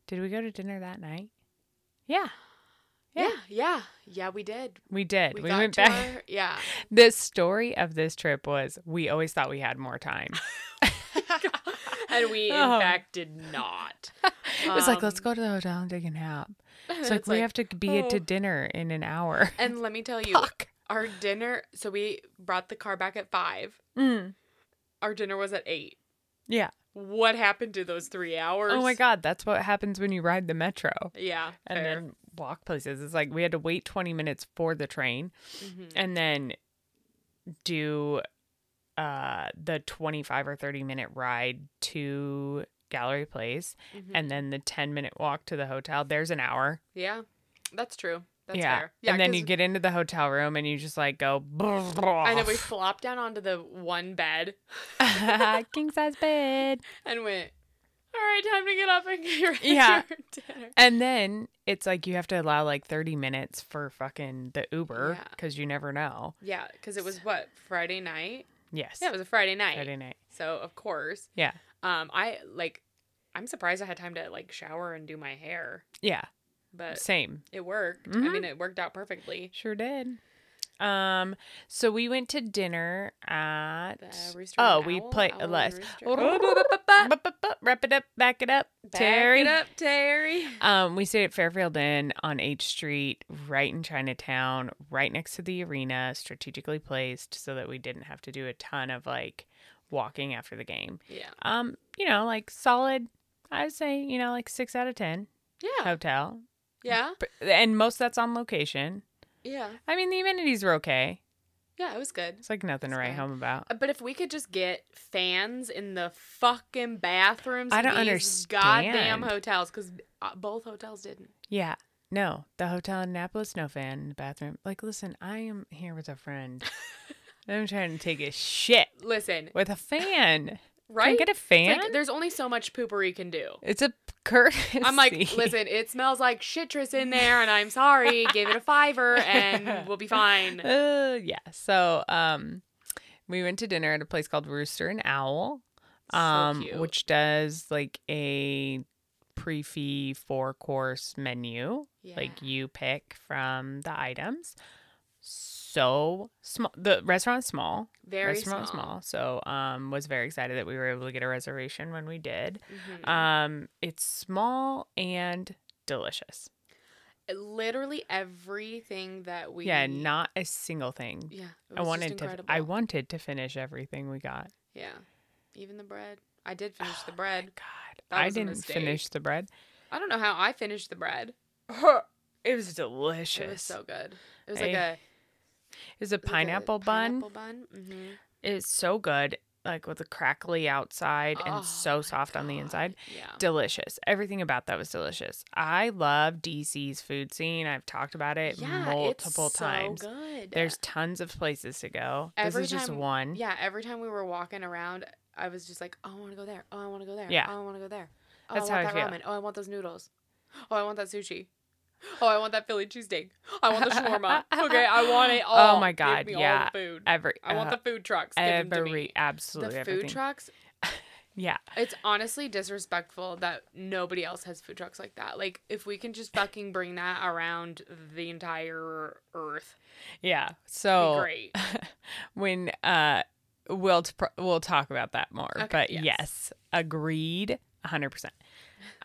Speaker 1: Did we go to dinner that night? Yeah, Yeah.
Speaker 2: Yeah, yeah, yeah. We did.
Speaker 1: we did. We,
Speaker 2: got
Speaker 1: went
Speaker 2: to
Speaker 1: back.
Speaker 2: Our, yeah.
Speaker 1: The story of this trip was we always thought we had more time.
Speaker 2: and we in
Speaker 1: Oh.
Speaker 2: fact did not.
Speaker 1: It was like, let's
Speaker 2: Um,
Speaker 1: go to the hotel and take a nap. It's
Speaker 2: it's
Speaker 1: like, we
Speaker 2: like,
Speaker 1: have to be at
Speaker 2: oh.
Speaker 1: to dinner in an hour.
Speaker 2: And let me tell you,
Speaker 1: Fuck.
Speaker 2: our dinner. So we brought the car back at five.
Speaker 1: Mm.
Speaker 2: Our dinner was at eight.
Speaker 1: Yeah.
Speaker 2: What happened to those three hours?
Speaker 1: Oh my God. That's what happens when you ride the metro
Speaker 2: Yeah.
Speaker 1: and
Speaker 2: fair.
Speaker 1: then walk places. It's like we had to wait 20 minutes for the train
Speaker 2: Mhm.
Speaker 1: and then do uh, the 25 or 30 minute ride to Gallery Place
Speaker 2: Mhm.
Speaker 1: and then the 10 minute walk to the hotel. There's an hour.
Speaker 2: yeah, that's true. That's
Speaker 1: yeah.
Speaker 2: fair. Yeah,
Speaker 1: and then you
Speaker 2: 'cause-
Speaker 1: get into the hotel room and you just like go.
Speaker 2: I know we flopped down onto the one bed
Speaker 1: king size bed.
Speaker 2: and went. All right, time to get up and get ready
Speaker 1: Yeah.
Speaker 2: for dinner.
Speaker 1: And then it's like you have to allow like 30 minutes for fucking the Uber
Speaker 2: Yeah.
Speaker 1: because you never know.
Speaker 2: Yeah, because it was what Friday night.
Speaker 1: Yes.
Speaker 2: Yeah, it was a Friday night.
Speaker 1: Friday night.
Speaker 2: So of course,
Speaker 1: Yeah.
Speaker 2: Um, I like, I'm surprised I had time to like shower and do my hair,
Speaker 1: Yeah.
Speaker 2: but
Speaker 1: Same.
Speaker 2: it worked. I
Speaker 1: Mhm.
Speaker 2: mean, it worked out perfectly.
Speaker 1: Sure did. Um, so we went to dinner at.
Speaker 2: The rooster.
Speaker 1: Oh,
Speaker 2: and
Speaker 1: we
Speaker 2: Owl,
Speaker 1: played
Speaker 2: Owl
Speaker 1: a
Speaker 2: and
Speaker 1: less.
Speaker 2: Rooster.
Speaker 1: Wrap it up, back it up,
Speaker 2: Back
Speaker 1: Terry.
Speaker 2: it up, Terry.
Speaker 1: Um, we stayed at Fairfield Inn on H Street, right in Chinatown, right next to the arena, strategically placed so that we didn't have to do a ton of like walking after the game.
Speaker 2: Yeah,
Speaker 1: Um, you know, like solid, I'd say, you know, like six out of 10
Speaker 2: yeah,
Speaker 1: hotel.
Speaker 2: yeah,
Speaker 1: But- And most of that's on location.
Speaker 2: yeah,
Speaker 1: I mean, the amenities were okay.
Speaker 2: yeah. It was good.
Speaker 1: It's like nothing to
Speaker 2: It's
Speaker 1: write
Speaker 2: fine.
Speaker 1: home about.
Speaker 2: Uh, But if we could just get fans in the fucking bathrooms,
Speaker 1: I
Speaker 2: in
Speaker 1: don't
Speaker 2: these Goddamn
Speaker 1: understand.
Speaker 2: hotels, because uh, both hotels didn't.
Speaker 1: Yeah. No, the hotel in Annapolis, no fan in the bathroom. Like, listen, I am here with a friend. I'm trying to take a shit
Speaker 2: Listen,
Speaker 1: with a fan. Can I
Speaker 2: right?
Speaker 1: get a
Speaker 2: It's
Speaker 1: fan?
Speaker 2: like, there's only so much poopery can do.
Speaker 1: it's a courtesy.
Speaker 2: I'm like, listen, it smells like citrus in there, and I'm sorry. Give it a fiver, and we'll be fine.
Speaker 1: Uh, yeah. So, um, we went to dinner at a place called Rooster and Owl, um,
Speaker 2: cute.
Speaker 1: which does like a pre-fee four-course menu.
Speaker 2: Yeah.
Speaker 1: Like you pick from the items. So small. The restaurant's small.
Speaker 2: very small.
Speaker 1: restaurant's small. So, um, was very excited that we were able to get a reservation when we did.
Speaker 2: Mhm.
Speaker 1: Um, it's small and delicious.
Speaker 2: Literally everything that we
Speaker 1: Yeah, not a single thing
Speaker 2: yeah. it
Speaker 1: I
Speaker 2: was just
Speaker 1: wanted to. I
Speaker 2: incredible.
Speaker 1: wanted to finish everything we got.
Speaker 2: yeah, even the bread. I did finish the bread.
Speaker 1: God,
Speaker 2: That
Speaker 1: I
Speaker 2: was a
Speaker 1: didn't
Speaker 2: mistake.
Speaker 1: finish the bread.
Speaker 2: I don't know how I finished the bread.
Speaker 1: It was delicious.
Speaker 2: It was so good. It was like
Speaker 1: I-
Speaker 2: a
Speaker 1: It's a pineapple bun.
Speaker 2: Pineapple bun. Mm-hmm.
Speaker 1: It's so good, like with the crackly outside
Speaker 2: Oh,
Speaker 1: and so soft on the
Speaker 2: God,
Speaker 1: inside.
Speaker 2: Yeah.
Speaker 1: Delicious. Everything about that was delicious. I love DC's food scene. I've talked about it
Speaker 2: yeah,
Speaker 1: multiple
Speaker 2: it's
Speaker 1: times.
Speaker 2: So good.
Speaker 1: There's tons of places to go.
Speaker 2: Every
Speaker 1: this is just
Speaker 2: time-
Speaker 1: one.
Speaker 2: yeah. Every time we were walking around, I was just like, oh, I want to go there. Oh, I want to go there.
Speaker 1: Yeah.
Speaker 2: Oh, I want to go there. Oh,
Speaker 1: That's
Speaker 2: I want
Speaker 1: how I
Speaker 2: that
Speaker 1: feel.
Speaker 2: ramen. Oh, I want those noodles. Oh, I want that sushi. Oh, I want that Philly cheesesteak. I want the shawarma. Okay, I want it all.
Speaker 1: Oh my
Speaker 2: Give
Speaker 1: God,
Speaker 2: me all the
Speaker 1: yeah.
Speaker 2: food.
Speaker 1: Every
Speaker 2: I want
Speaker 1: uh,
Speaker 2: the food trucks. Give them to me.
Speaker 1: every absolutely
Speaker 2: the
Speaker 1: everything.
Speaker 2: food trucks
Speaker 1: Yeah.
Speaker 2: it's honestly disrespectful that nobody else has food trucks like that like if we can just fucking bring that around the entire earth
Speaker 1: Yeah.
Speaker 2: it'd be
Speaker 1: So
Speaker 2: great
Speaker 1: when uh we'll t- pro- we'll talk about that more,
Speaker 2: Okay,
Speaker 1: but
Speaker 2: yes.
Speaker 1: yes, agreed 100%.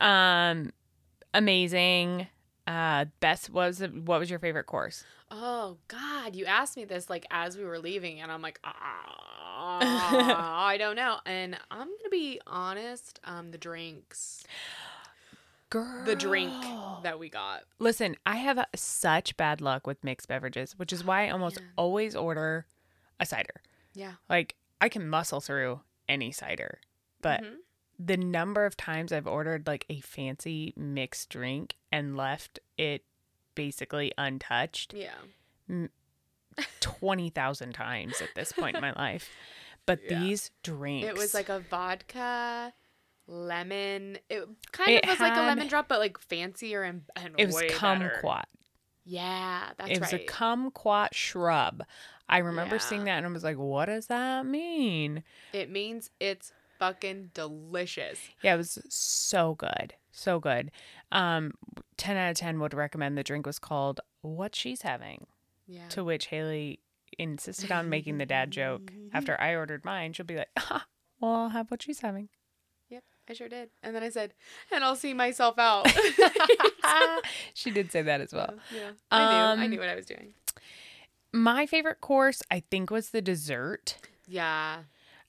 Speaker 1: Um amazing. Uh best what was the, what was your favorite course?
Speaker 2: oh god you asked me this like as we were leaving and i'm like ah, i don't know and i'm gonna be honest um the drinks
Speaker 1: Girl.
Speaker 2: the drink that we got
Speaker 1: Listen, I have such bad luck with mixed beverages, which is why I almost
Speaker 2: Man.
Speaker 1: always order a cider.
Speaker 2: yeah
Speaker 1: Like I can muscle through any cider, but
Speaker 2: Mhm.
Speaker 1: the number of times I've ordered like a fancy mixed drink and left it basically untouched
Speaker 2: yeah
Speaker 1: 20,000 times at this point in my life. But
Speaker 2: Yeah.
Speaker 1: these drinks.
Speaker 2: It was like a vodka, lemon. It kind
Speaker 1: It
Speaker 2: of was like a
Speaker 1: had-
Speaker 2: lemon drop, but like fancier and and
Speaker 1: it was
Speaker 2: way better.
Speaker 1: kumquat.
Speaker 2: Yeah, that's
Speaker 1: it was
Speaker 2: right.
Speaker 1: a kumquat shrub. I remember seeing
Speaker 2: Yeah.
Speaker 1: that and I was like, what does that mean?
Speaker 2: it means it's fucking delicious.
Speaker 1: Yeah, it was so good. So good. Um 10 out of 10 would recommend the drink was called What She's Having,
Speaker 2: Yeah.
Speaker 1: to which Haley insisted on making the dad joke. After I ordered mine, she'll be like, ah, well, I'll have what she's having.
Speaker 2: Yep, I sure did. And then I said, and I'll see myself out.
Speaker 1: she did say that as well.
Speaker 2: yeah, I knew. I
Speaker 1: Um,
Speaker 2: knew what I was doing.
Speaker 1: My favorite course, I think, was the dessert.
Speaker 2: Yeah.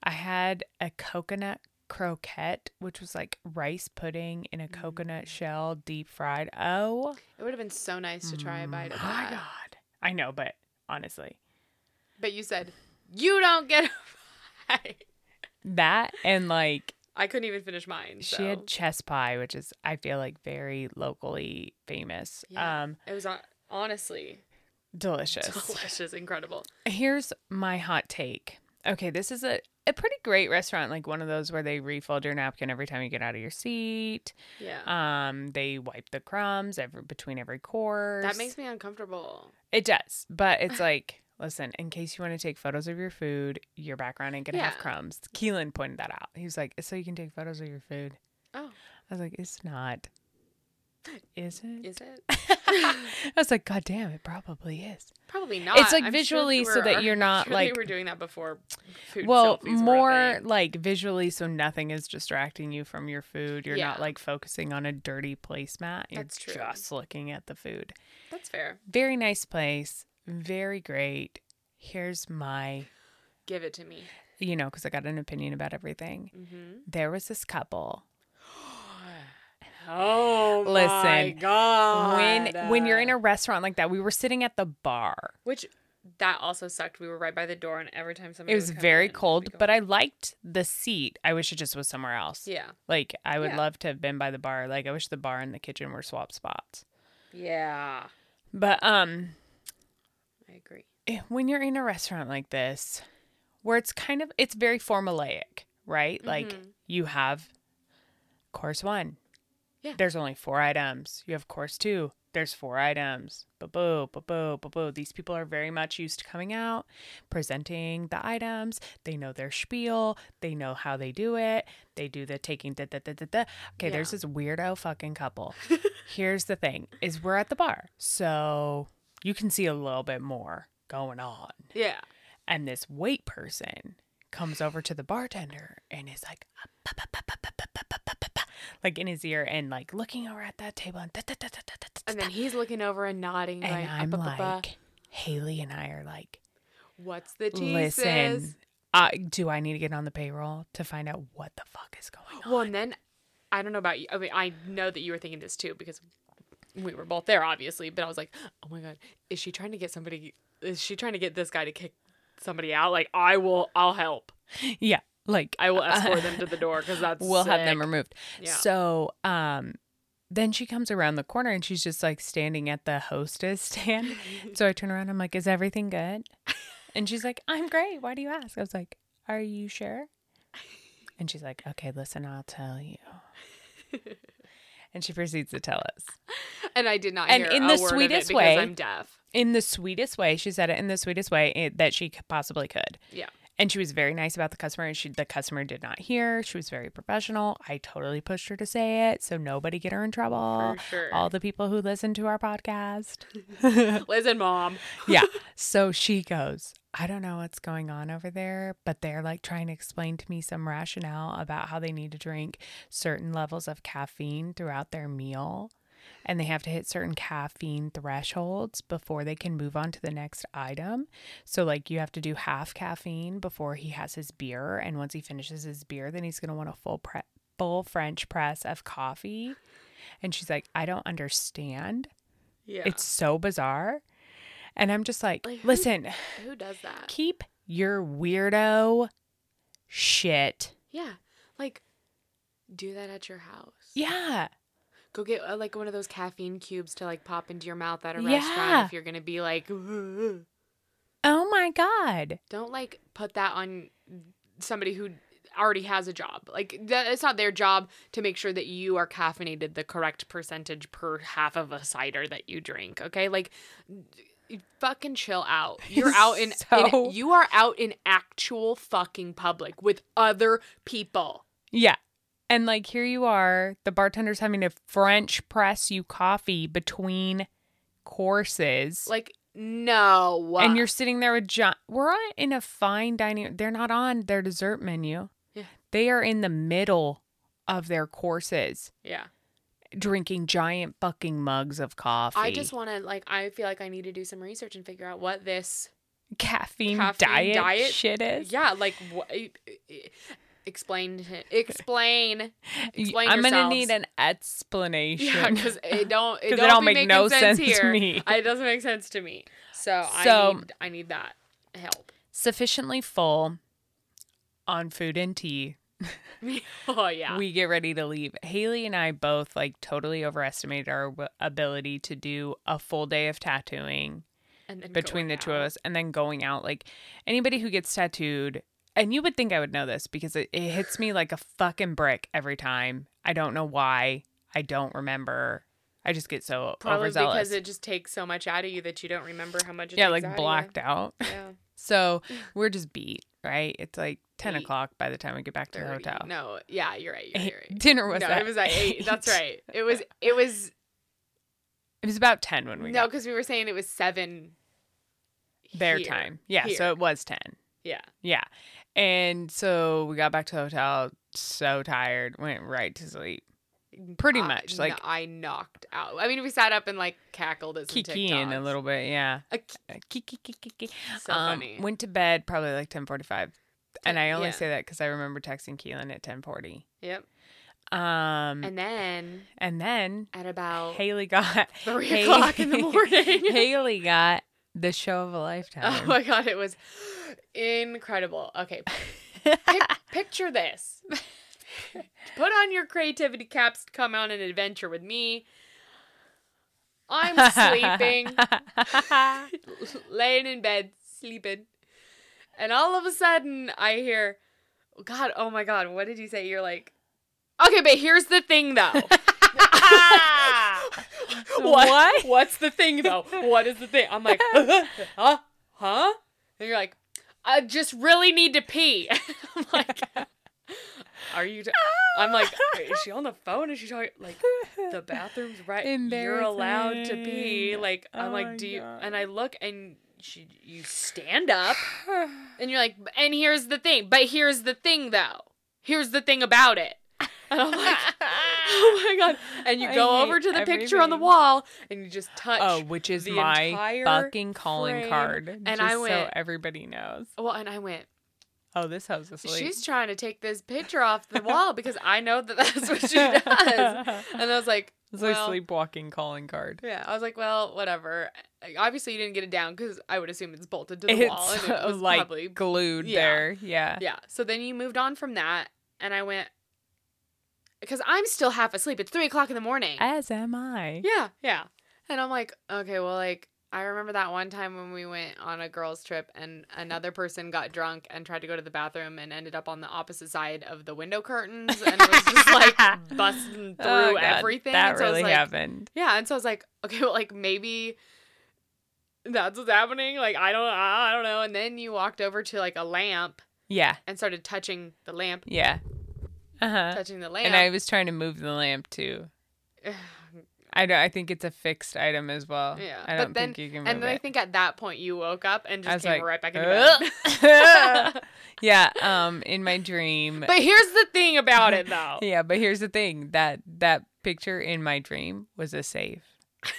Speaker 1: I had a coconut croquette, which was like rice pudding in a coconut
Speaker 2: Mm.
Speaker 1: shell, deep fried. Oh
Speaker 2: It would have been so nice to try a bite of
Speaker 1: Mm, my
Speaker 2: that.
Speaker 1: god! I know, but honestly,
Speaker 2: But you said, you don't get a bite.
Speaker 1: that and like
Speaker 2: I couldn't even finish mine.
Speaker 1: she had
Speaker 2: so.
Speaker 1: chess pie, which is I feel like very locally famous.
Speaker 2: Yeah.
Speaker 1: Um,
Speaker 2: It was hon- honestly
Speaker 1: delicious.
Speaker 2: delicious, incredible.
Speaker 1: Here's my hot take. Okay, this is a a pretty great restaurant, like one of those where they refold your napkin every time you get out of your seat.
Speaker 2: Yeah.
Speaker 1: Um, they wipe the crumbs every between every course.
Speaker 2: That makes me uncomfortable.
Speaker 1: it does, but it's like, listen, in case you want to take photos of your food, your background ain't gonna have
Speaker 2: Yeah.
Speaker 1: crumbs. Keelan pointed that out. He was like, so you can take photos of your food.
Speaker 2: Oh,
Speaker 1: I was like, it's not. Is it?
Speaker 2: is it?
Speaker 1: I was like, God damn, it probably is.
Speaker 2: Probably not.
Speaker 1: like,
Speaker 2: if
Speaker 1: visually
Speaker 2: we
Speaker 1: so
Speaker 2: were-
Speaker 1: that you're
Speaker 2: I'm
Speaker 1: not,
Speaker 2: sure they
Speaker 1: like-
Speaker 2: were doing that before. Food
Speaker 1: well,
Speaker 2: selfies were a
Speaker 1: more
Speaker 2: thing.
Speaker 1: like visually, so nothing is distracting you from your food. You're not
Speaker 2: Yeah.
Speaker 1: like focusing on a dirty placemat. You're
Speaker 2: That's true.
Speaker 1: just looking at the food.
Speaker 2: That's fair.
Speaker 1: Very nice place. Very great. Here's my,
Speaker 2: Give it to me.
Speaker 1: you know, because I got an opinion about everything.
Speaker 2: Mm-hmm.
Speaker 1: There was this couple.
Speaker 2: Oh
Speaker 1: Listen,
Speaker 2: god! uh,
Speaker 1: When when you're in a restaurant like that, we were sitting at the bar.
Speaker 2: which that also sucked. We were right by the door, and every time somebody
Speaker 1: It was
Speaker 2: would come
Speaker 1: very
Speaker 2: in,
Speaker 1: cold,
Speaker 2: we'd go,
Speaker 1: but I liked the seat. I wish it just was somewhere else.
Speaker 2: yeah,
Speaker 1: Like I would
Speaker 2: Yeah.
Speaker 1: love to have been by the bar. Like I wish the bar and the kitchen were swap spots.
Speaker 2: yeah,
Speaker 1: But um
Speaker 2: I agree.
Speaker 1: eh, when you're in a restaurant like this where it's kind of it's very formulaic, right? Like
Speaker 2: Mhm.
Speaker 1: you have course 1.
Speaker 2: Yeah.
Speaker 1: There's only 4 items. You have course 2. There's 4 items. Ba-boo, ba-boo, ba-boo. These people are very much used to coming out, presenting the items. They know their spiel. They know how they do it. They do the taking da da da da da. Okay,
Speaker 2: Yeah.
Speaker 1: there's this weirdo fucking couple. Here's the thing is we're at the bar. So you can see a little bit more going on.
Speaker 2: Yeah,
Speaker 1: And this wait person comes over to the bartender and is like, "Ah, "Pa, pa, pa, pa, pa, pa, pa, pa, pa, pa, pa," like in his ear and like looking over at that table and da, da, da, da, da, da, da,
Speaker 2: and then
Speaker 1: da.
Speaker 2: he's looking over and nodding,
Speaker 1: and
Speaker 2: like, "Ah,
Speaker 1: I'm
Speaker 2: "Up, up, up, up.
Speaker 1: like, Haley and I are like,
Speaker 2: "What's the tea?"
Speaker 1: listen,
Speaker 2: sis?"
Speaker 1: I, do I need to get on the payroll to find out what the fuck is going on?
Speaker 2: Well, and then I don't know about you. I mean, I know that you were thinking this too because we were both there obviously but i was like oh my god is she trying to get somebody is she trying to get this guy to kick somebody out like i will i'll help
Speaker 1: Yeah. Like
Speaker 2: i will escort them to the door because that's
Speaker 1: we'll have them
Speaker 2: sick.
Speaker 1: removed.
Speaker 2: Yeah.
Speaker 1: So, um, then she comes around the corner and she's just like standing at the hostess stand. so I turn around. I'm like, "Is everything good?" And she's like, "I'm great. Why do you ask?" I was like, "Are you sure?" And she's like, "Okay, listen. I'll tell you." And she proceeds to tell us
Speaker 2: and i did not
Speaker 1: And
Speaker 2: hear
Speaker 1: in
Speaker 2: a
Speaker 1: the
Speaker 2: word of it
Speaker 1: sweetest
Speaker 2: because
Speaker 1: way-
Speaker 2: i'm deaf
Speaker 1: in the sweetest way. She said it in the sweetest way eh, that she could possibly could.
Speaker 2: yeah
Speaker 1: and she was very nice about the customer and she the customer did not hear she was very professional i totally pushed her to say it so nobody get her in trouble
Speaker 2: For sure.
Speaker 1: all the people who listen to our podcast
Speaker 2: liz and mom
Speaker 1: yeah so she goes i don't know what's going on over there but they're like trying to explain to me some rationale about how they need to drink certain levels of caffeine throughout their meal and they have to hit certain caffeine thresholds before they can move on to the next item. So, like, you have to do half caffeine before he has his beer, and once he finishes his beer, then he's gonna want a full pre- full French press of coffee. And she's like, I don't understand.
Speaker 2: yeah
Speaker 1: It's so bizarre. And I'm just like,
Speaker 2: Like, who-
Speaker 1: listen,
Speaker 2: who does that
Speaker 1: keep your weirdo shit.
Speaker 2: yeah like do that at your house
Speaker 1: Yeah.
Speaker 2: Go get uh, like one of those caffeine cubes to like pop into your mouth at a
Speaker 1: Yeah.
Speaker 2: restaurant if you're gonna be like, don't
Speaker 1: Oh my God.
Speaker 2: like put that on somebody who already has a job. Like that, it's not their job to make sure that you are caffeinated the correct percentage per half of a cider that you drink. Okay, like you fucking chill out. You're out in,
Speaker 1: So-
Speaker 2: in you are out in actual fucking public with other people.
Speaker 1: Yeah. And like, here you are, the bartender's having to French press you coffee between courses.
Speaker 2: Like no,
Speaker 1: and you're sitting there with John. We're on in a fine dining. They're not on their dessert menu.
Speaker 2: Yeah.
Speaker 1: They are in the middle of their courses,
Speaker 2: yeah.
Speaker 1: drinking giant fucking mugs of coffee.
Speaker 2: I just want to like I feel like I need to do some research and figure out what this
Speaker 1: caffeine,
Speaker 2: Caffeine
Speaker 1: diet,
Speaker 2: diet?
Speaker 1: shit is.
Speaker 2: yeah like what e, explain to- explain explain
Speaker 1: I'm gonna
Speaker 2: yourselves.
Speaker 1: need an explanation.
Speaker 2: because it don't it
Speaker 1: 'Cause
Speaker 2: don't, be make no sense, here.
Speaker 1: to me.
Speaker 2: I- It doesn't make sense to me. So, I
Speaker 1: So-
Speaker 2: need I need that help.
Speaker 1: Sufficiently full on food and tea.
Speaker 2: oh yeah.
Speaker 1: We get ready to leave. Haley and I both like totally overestimated our w- ability to do a full day of tattooing
Speaker 2: and then
Speaker 1: between the
Speaker 2: going
Speaker 1: two of
Speaker 2: out.
Speaker 1: us and then going out. Like anybody who gets tattooed, and you would think I would know this because it, it hits me like a fucking brick every time. I don't know why. I don't remember. I just get so
Speaker 2: Probably
Speaker 1: overzealous.
Speaker 2: because it just takes so much out of you that you don't remember how much. It
Speaker 1: yeah,
Speaker 2: takes
Speaker 1: like
Speaker 2: out of you.
Speaker 1: blacked out.
Speaker 2: Yeah.
Speaker 1: So we're just beat, right? It's like 10
Speaker 2: Eight
Speaker 1: o'clock by the time we get back to the
Speaker 2: Dirty.
Speaker 1: hotel.
Speaker 2: No. Yeah, you're right. You're,
Speaker 1: Eight-
Speaker 2: right, you're right.
Speaker 1: Dinner was
Speaker 2: no,
Speaker 1: at
Speaker 2: it was at eight. That's right. It was. It was
Speaker 1: It was about 10 when we
Speaker 2: no,
Speaker 1: got
Speaker 2: because we were saying it was seven.
Speaker 1: their
Speaker 2: here.
Speaker 1: time. Yeah, so
Speaker 2: here.
Speaker 1: it was 10.
Speaker 2: Yeah.
Speaker 1: Yeah. And so we got back to the hotel, so tired, went right to sleep. Pretty
Speaker 2: I-
Speaker 1: much,
Speaker 2: n- uh,
Speaker 1: like-
Speaker 2: I knocked out. I mean, we sat up and like cackled at some
Speaker 1: Kiki in a
Speaker 2: TikToks.
Speaker 1: little bit, yeah. Uh,
Speaker 2: A ki-
Speaker 1: Kiki, kiki, kiki.
Speaker 2: so
Speaker 1: um,
Speaker 2: funny.
Speaker 1: Went to bed probably like 1045. And I only
Speaker 2: yeah.
Speaker 1: say that because I remember texting Keelan at 1040.
Speaker 2: yep.
Speaker 1: Um, and,
Speaker 2: And then
Speaker 1: then
Speaker 2: at about
Speaker 1: Haley got
Speaker 2: three
Speaker 1: Hey-
Speaker 2: o'clock in the morning.
Speaker 1: Haley got the show of a
Speaker 2: oh
Speaker 1: lifetime.
Speaker 2: my god, it was incredible. Okay, pic- picture this. Put on your creativity caps. Come on an adventure with me. I'm sleeping. laying in bed sleeping and all of a sudden i hear god oh my god what did you say you're like okay but here's the thing though
Speaker 1: Ah!
Speaker 2: Ah!
Speaker 1: What?
Speaker 2: what's the thing though what is the thing i'm like huh huh and you're like i just really need to pee i'm like are you t- i'm like is she on the phone is she talking like the bathroom's right. You're allowed to pee.
Speaker 1: Embarrassing.
Speaker 2: Like I'm
Speaker 1: Oh my
Speaker 2: like, do you?
Speaker 1: God.
Speaker 2: And I look, and she, you stand up, and you're like, and here's the thing. But here's the thing, though. Here's the thing about it. And I'm like, oh my god. And you
Speaker 1: I
Speaker 2: go
Speaker 1: hate
Speaker 2: over to the picture on the
Speaker 1: everything.
Speaker 2: wall, and you just touch.
Speaker 1: Oh, which is
Speaker 2: the
Speaker 1: my
Speaker 2: entire
Speaker 1: fucking calling
Speaker 2: frame,
Speaker 1: card.
Speaker 2: and I
Speaker 1: just so
Speaker 2: went-
Speaker 1: everybody knows.
Speaker 2: Well, and I went.
Speaker 1: Oh, this house is asleep.
Speaker 2: She's trying to take this picture off the wall because I know that that's what she does. And I was like,
Speaker 1: It's
Speaker 2: Well-
Speaker 1: a sleepwalking calling card.
Speaker 2: Yeah, I was like, well, whatever. Obviously, you didn't get it down because I would assume it's bolted to the wall
Speaker 1: It's
Speaker 2: and it was
Speaker 1: like
Speaker 2: probably
Speaker 1: glued
Speaker 2: yeah.
Speaker 1: there. Yeah.
Speaker 2: yeah. So then you moved on from that, and I went because I'm still half asleep. It's three o'clock in the morning.
Speaker 1: As am I.
Speaker 2: yeah, yeah. And I'm like, okay, well, like I remember that one time when we went on a girls' trip, and another person got drunk and tried to go to the bathroom and ended up on the opposite side of the window curtains and was just like busting through
Speaker 1: Oh, God,
Speaker 2: everything.
Speaker 1: That
Speaker 2: And so I was
Speaker 1: really
Speaker 2: like,
Speaker 1: happened.
Speaker 2: yeah, and so I was like, okay, well, like maybe that's what's happening. Like I don't, I don't know. And then you walked over to like a lamp
Speaker 1: Yeah.
Speaker 2: and started touching the lamp,
Speaker 1: Yeah. Uh huh.
Speaker 2: touching the lamp.
Speaker 1: And I was trying to move the lamp too. I don't. I think it's a fixed item as well.
Speaker 2: Yeah,
Speaker 1: I
Speaker 2: but
Speaker 1: don't
Speaker 2: then-
Speaker 1: think you can move
Speaker 2: and then I
Speaker 1: it.
Speaker 2: think at that point you woke up and
Speaker 1: I
Speaker 2: just
Speaker 1: was
Speaker 2: came
Speaker 1: like,
Speaker 2: right back into bed.
Speaker 1: "Ugh." yeah. Um. In my dream.
Speaker 2: but here's the thing about it though.
Speaker 1: yeah. But here's the thing that that picture in my dream was a safe,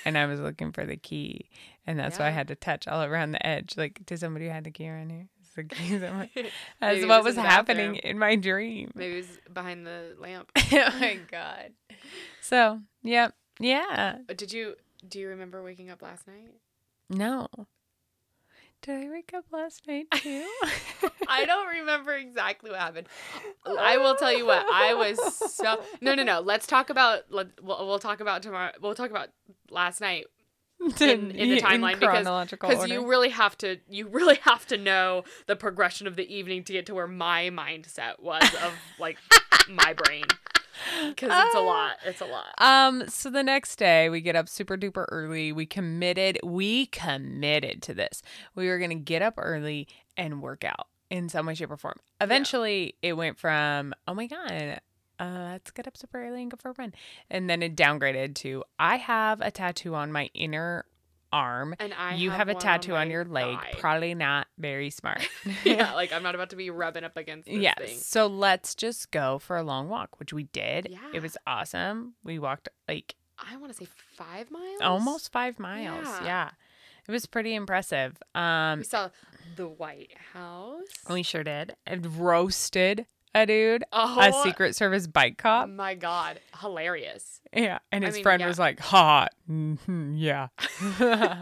Speaker 1: and I was looking for the key, and that's why I
Speaker 2: Yeah.
Speaker 1: had to touch all around the edge. Like, did somebody have the key around here? Is the key somewhere?
Speaker 2: Maybe
Speaker 1: That's
Speaker 2: it
Speaker 1: what
Speaker 2: was
Speaker 1: was
Speaker 2: in the
Speaker 1: happening
Speaker 2: bathroom.
Speaker 1: in my dream.
Speaker 2: Maybe it was behind the lamp.
Speaker 1: oh my god. So yeah, yeah.
Speaker 2: Did you? Do you remember waking up last night?
Speaker 1: No. Did I wake up last night too?
Speaker 2: I don't remember exactly what happened. I will tell you what I was so no no no. Let's talk about let, we'll, we'll talk about tomorrow. We'll talk about last night in- in the timeline because-
Speaker 1: chronological
Speaker 2: because
Speaker 1: order.
Speaker 2: you really have to you really have to know the progression of the evening to get to where my mindset was of like my brain because it's a lot. It's a lot.
Speaker 1: um. So the next day, we get up super duper early. We committed. We committed to this. We were gonna get up early and work out in some way, shape, or form. Eventually, it went from oh my god. Uh, let's get up super early and go for a run. And then it downgraded to I have a tattoo on my inner arm.
Speaker 2: And I
Speaker 1: you have, a
Speaker 2: one
Speaker 1: tattoo on,
Speaker 2: my
Speaker 1: your leg.
Speaker 2: thigh.
Speaker 1: Probably not very smart.
Speaker 2: yeah, like I'm not about to be rubbing up against this
Speaker 1: Yeah.
Speaker 2: thing.
Speaker 1: So let's just go for a long walk, which we did.
Speaker 2: Yeah.
Speaker 1: It was awesome. We walked like
Speaker 2: I want to say five miles.
Speaker 1: almost five miles.
Speaker 2: Yeah.
Speaker 1: Yeah. It was pretty impressive.
Speaker 2: We
Speaker 1: Um,
Speaker 2: saw the White House.
Speaker 1: we sure did. And roasted a dude,
Speaker 2: oh,
Speaker 1: a Secret Service bike cop.
Speaker 2: my God, hilarious.
Speaker 1: Yeah. And
Speaker 2: I
Speaker 1: his
Speaker 2: mean,
Speaker 1: friend
Speaker 2: yeah.
Speaker 1: was like, ha, hmm yeah.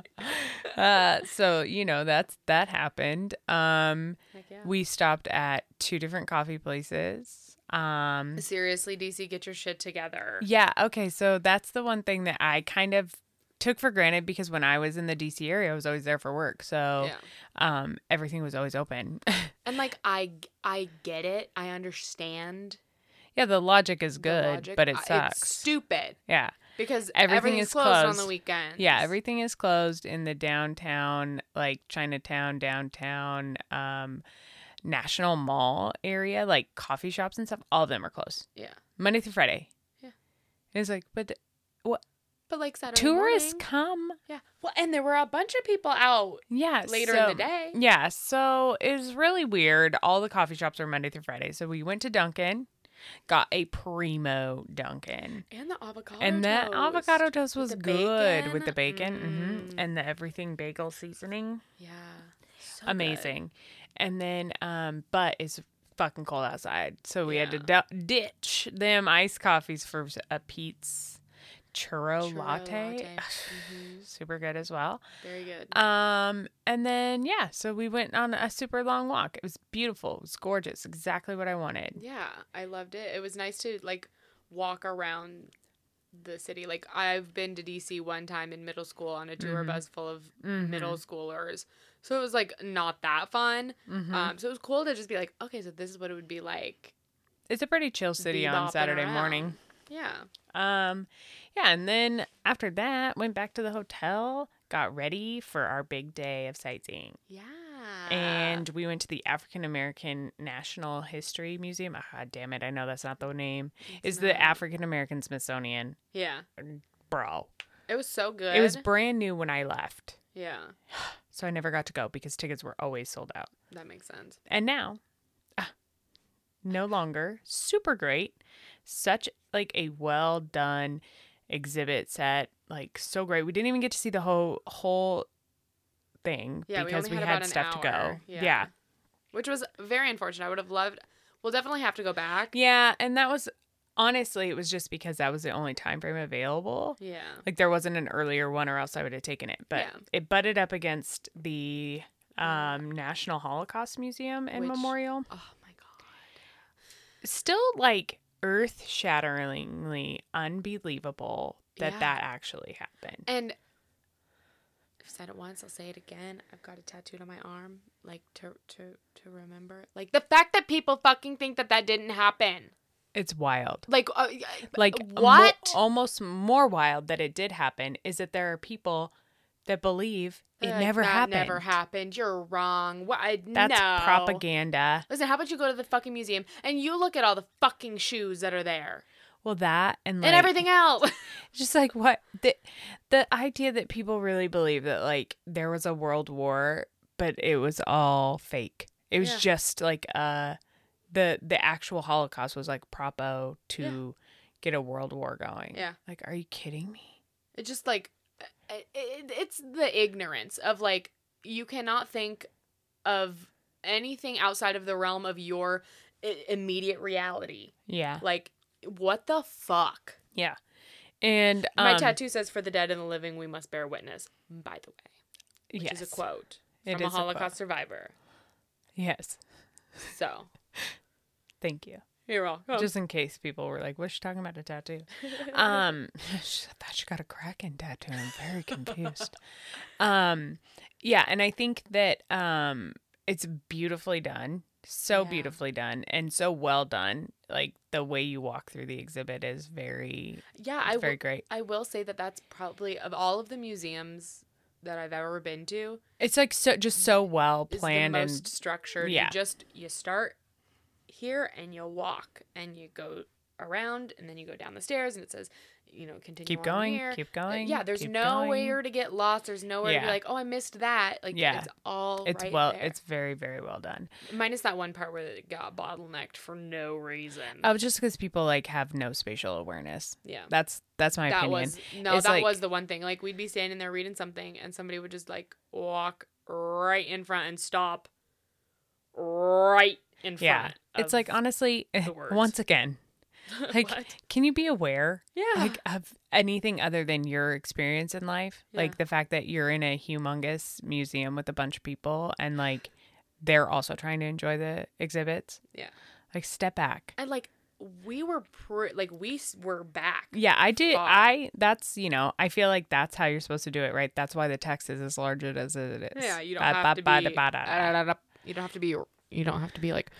Speaker 1: uh, so, you know, that's that happened. Um,
Speaker 2: Heck yeah.
Speaker 1: we stopped at two different coffee places. Um,
Speaker 2: Seriously, DC, get your shit together.
Speaker 1: Yeah. Okay. So that's the one thing that I kind of took for granted because when I was in the DC area, I was always there for work. So
Speaker 2: Yeah.
Speaker 1: um, everything was always open.
Speaker 2: And like I I get it. I understand.
Speaker 1: yeah. The logic is
Speaker 2: the
Speaker 1: good,
Speaker 2: logic.
Speaker 1: but it
Speaker 2: I-
Speaker 1: sucks.
Speaker 2: It's stupid
Speaker 1: yeah.
Speaker 2: because
Speaker 1: Everything
Speaker 2: everything's
Speaker 1: is
Speaker 2: closed, on the
Speaker 1: closed.
Speaker 2: weekends.
Speaker 1: Yeah. Everything is closed in the downtown, like Chinatown, downtown, um, National Mall area, like coffee shops and stuff. All of them are closed
Speaker 2: Yeah.
Speaker 1: Monday through Friday.
Speaker 2: Yeah.
Speaker 1: And it's like, but
Speaker 2: But like Saturday
Speaker 1: tourists
Speaker 2: morning-
Speaker 1: come.
Speaker 2: yeah. Well, and there were a bunch of people out
Speaker 1: Yeah.
Speaker 2: later in
Speaker 1: so-
Speaker 2: the day.
Speaker 1: Yeah, so it was really weird. All the coffee shops are Monday through Friday. So we went to Dunkin', got a primo Dunkin'.
Speaker 2: And the avocado.
Speaker 1: and that
Speaker 2: toast.
Speaker 1: avocado toast was
Speaker 2: the
Speaker 1: good with the bacon
Speaker 2: bacon?
Speaker 1: mhm,
Speaker 2: Mm.
Speaker 1: and the everything bagel seasoning.
Speaker 2: Yeah. So good.
Speaker 1: Amazing. And then, um, but it's fucking cold outside. So we had to du- ditch them iced coffees for a Pete's churro,
Speaker 2: Churro
Speaker 1: latte.
Speaker 2: latte. Mhm.
Speaker 1: Super good as well.
Speaker 2: Very good.
Speaker 1: Um, and then yeah, so we went on a super long walk. It was beautiful. It was gorgeous. Exactly what I wanted.
Speaker 2: yeah, I loved it. It was nice to like walk around the city. Like I've been to DC one time in middle school on a tour
Speaker 1: Mhm.
Speaker 2: bus full of
Speaker 1: Mhm.
Speaker 2: middle schoolers. So it was like not that fun.
Speaker 1: Mhm.
Speaker 2: Um, so it was cool to just be like, okay, so this is what it would be like.
Speaker 1: it's a pretty chill city
Speaker 2: bopping
Speaker 1: on Saturday
Speaker 2: around.
Speaker 1: morning.
Speaker 2: Yeah.
Speaker 1: Um, yeah, and then after that, went back to the hotel, got ready for our big day of sightseeing,
Speaker 2: Yeah. Ah.
Speaker 1: and we went to the African American National History Museum. Ah, damn it, I know that's not the name. Is
Speaker 2: not.
Speaker 1: the African American Smithsonian,
Speaker 2: Yeah.
Speaker 1: bro?
Speaker 2: It was so good.
Speaker 1: It was brand new when I left.
Speaker 2: Yeah.
Speaker 1: So I never got to go because tickets were always sold out.
Speaker 2: That makes sense.
Speaker 1: And now, ah, no longer super great. Such like a well done exhibit set, like so great. We didn't even get to see the whole whole thing
Speaker 2: Yeah, we
Speaker 1: because
Speaker 2: only
Speaker 1: we,
Speaker 2: had
Speaker 1: had
Speaker 2: about an
Speaker 1: stuff to go.
Speaker 2: hour. Yeah.
Speaker 1: Yeah. yeah.
Speaker 2: Which was very unfortunate. I would have loved we'll definitely have to go back.
Speaker 1: and that was honestly, it was just because that was the only time frame available.
Speaker 2: Yeah.
Speaker 1: Like there wasn't an earlier one, or else I would have taken it. But
Speaker 2: Yeah.
Speaker 1: it butted up against the um, National Holocaust Museum and
Speaker 2: Which-
Speaker 1: Memorial.
Speaker 2: Oh my god.
Speaker 1: Still, like earth-shatteringly unbelievable that
Speaker 2: Yeah.
Speaker 1: that actually happened.
Speaker 2: And I've said it once, I'll say it again. I've got it tattooed on my arm, like to to to remember. Like the fact that people fucking think that that didn't happen.
Speaker 1: It's wild.
Speaker 2: Like uh,
Speaker 1: Like mo-
Speaker 2: what?
Speaker 1: almost more wild that it did happen is that there are people that believe it
Speaker 2: Like,
Speaker 1: never
Speaker 2: that
Speaker 1: happened.
Speaker 2: Never happened. You're wrong. What? I,
Speaker 1: That's
Speaker 2: no.
Speaker 1: propaganda.
Speaker 2: Listen, how about you go to the fucking museum and you look at all the fucking shoes that are there
Speaker 1: Well, that and like,
Speaker 2: and everything else?
Speaker 1: just like what the the idea that people really believe that like there was a world war, but it was all fake. It was
Speaker 2: Yeah.
Speaker 1: just like uh the the actual Holocaust was like propo to get a world war going.
Speaker 2: Yeah.
Speaker 1: Like, are you kidding me?
Speaker 2: It's just like uh, it, it, it's the ignorance of like you cannot think of anything outside of the realm of your i- immediate reality.
Speaker 1: Yeah.
Speaker 2: Like what the fuck?
Speaker 1: Yeah. And um,
Speaker 2: My tattoo says, "For the dead and the living, we must bear witness." By the way, which
Speaker 1: yes.
Speaker 2: is a quote
Speaker 1: It
Speaker 2: from a
Speaker 1: is a quote.
Speaker 2: Holocaust survivor.
Speaker 1: Yes.
Speaker 2: So
Speaker 1: Thank you.
Speaker 2: you're welcome.
Speaker 1: Just in case people were like, "What's she talking about? A tattoo?" um, she, I thought she got a kraken tattoo. I'm very confused. um, yeah, and I think that um, it's beautifully done, so
Speaker 2: Yeah.
Speaker 1: beautifully done, and so well done. Like the way you walk through the exhibit is very,
Speaker 2: yeah,
Speaker 1: it's
Speaker 2: I
Speaker 1: very
Speaker 2: will.
Speaker 1: great.
Speaker 2: I will say that that's probably of all of the museums that I've ever been to,
Speaker 1: It's like so, just so well
Speaker 2: Mm, is
Speaker 1: planned
Speaker 2: the most
Speaker 1: and
Speaker 2: structured.
Speaker 1: yeah.
Speaker 2: You just you start here and you walk and you go around and then you go down the stairs and it says, you know, continue
Speaker 1: keep
Speaker 2: on
Speaker 1: going,
Speaker 2: here.
Speaker 1: keep
Speaker 2: Uh,
Speaker 1: going.
Speaker 2: Yeah, there's
Speaker 1: keep
Speaker 2: nowhere
Speaker 1: going.
Speaker 2: to get lost. There's nowhere to
Speaker 1: Yeah.
Speaker 2: be like, oh, I missed that. Like
Speaker 1: Yeah.
Speaker 2: it's all
Speaker 1: It's
Speaker 2: right
Speaker 1: well,
Speaker 2: there.
Speaker 1: it's very, very well done.
Speaker 2: minus that one part where it got bottlenecked for no reason.
Speaker 1: Oh, just because people like have no spatial awareness.
Speaker 2: yeah.
Speaker 1: That's that's my
Speaker 2: that
Speaker 1: opinion.
Speaker 2: was no
Speaker 1: It's
Speaker 2: that
Speaker 1: like-
Speaker 2: was the one thing like we'd be standing there reading something and somebody would just like walk right in front and stop right in front
Speaker 1: Yeah.
Speaker 2: of
Speaker 1: It's like honestly,
Speaker 2: words.
Speaker 1: once again, like,
Speaker 2: What?
Speaker 1: can you be aware
Speaker 2: yeah
Speaker 1: like of anything other than your experience in life?
Speaker 2: Yeah.
Speaker 1: Like the fact that you're in a humongous museum with a bunch of people and like they're also trying to enjoy the exhibits.
Speaker 2: Yeah.
Speaker 1: Like step back.
Speaker 2: and like we were pre- like we s- were back
Speaker 1: Yeah, I did.
Speaker 2: Fuck.
Speaker 1: I that's you know I feel like that's how you're supposed to do it, right? That's why the text is as large as it is.
Speaker 2: yeah you don't
Speaker 1: Ba-
Speaker 2: have to
Speaker 1: ba- ba-
Speaker 2: be
Speaker 1: da- ba- da- da.
Speaker 2: you don't have to be you don't have to be like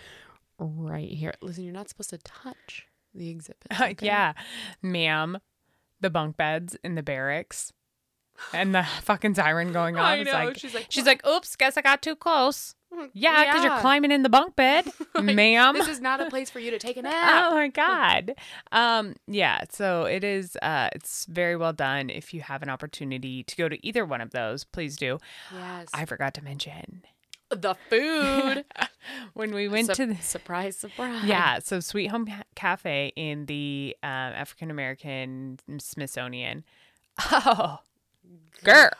Speaker 2: right here listen you're not supposed to touch the exhibit
Speaker 1: yeah, ma'am, the bunk beds in the barracks, and the fucking siren going on.
Speaker 2: I
Speaker 1: It's
Speaker 2: know.
Speaker 1: like
Speaker 2: she's like,
Speaker 1: she's like, "Oops, guess I got too close."
Speaker 2: "Mm,
Speaker 1: Yeah, because you're climbing in the bunk bed,
Speaker 2: Like,
Speaker 1: ma'am.
Speaker 2: This is not a place for you to take a nap.
Speaker 1: Oh my god. Um yeah, so it is uh it's very well done. If you have an opportunity to go to either one of those, please do.
Speaker 2: Yes.
Speaker 1: I forgot to mention
Speaker 2: the food.
Speaker 1: when we went
Speaker 2: Sup-
Speaker 1: to the
Speaker 2: surprise, surprise.
Speaker 1: Yeah, so Sweet Home Ha- Cafe in the um, African American Smithsonian. Oh, girl,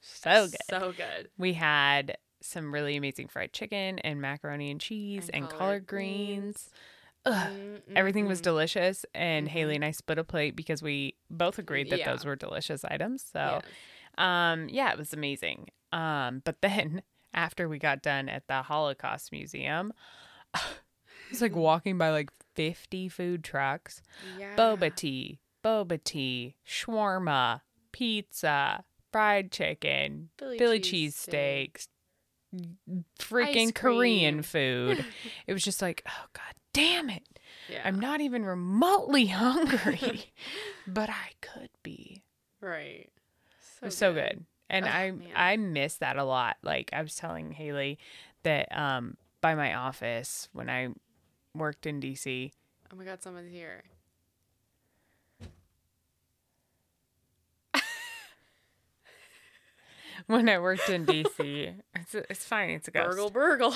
Speaker 1: so good.
Speaker 2: So good.
Speaker 1: We had some really amazing fried chicken and macaroni and cheese and,
Speaker 2: And
Speaker 1: collard,
Speaker 2: collard
Speaker 1: greens. Mm-hmm.
Speaker 2: greens.
Speaker 1: Ugh. Everything was
Speaker 2: Mm,
Speaker 1: delicious, and
Speaker 2: Mhm.
Speaker 1: Haley and I split a plate because we both agreed that
Speaker 2: Yeah.
Speaker 1: those were delicious items. So,
Speaker 2: mm, mm.
Speaker 1: um, yeah, it was amazing. Um, but then after we got done at the Holocaust Museum, it was like walking by like 50 food trucks
Speaker 2: Yeah.
Speaker 1: boba tea, boba tea, shawarma, pizza, fried chicken,
Speaker 2: Philly
Speaker 1: Philly cheese
Speaker 2: cheese
Speaker 1: steaks,
Speaker 2: Ice
Speaker 1: freaking Korean
Speaker 2: cream.
Speaker 1: food. it was just like, oh, god damn it.
Speaker 2: Yeah.
Speaker 1: I'm not even remotely hungry, but I could be.
Speaker 2: right.
Speaker 1: It was so good. And
Speaker 2: Oh,
Speaker 1: I
Speaker 2: man.
Speaker 1: I miss that a lot. Like I was telling Haley that um by my office when I worked in DC.
Speaker 2: Oh my god, someone's here.
Speaker 1: When I worked in DC, it's it's fine. It's a ghost.
Speaker 2: Burgle, burgle.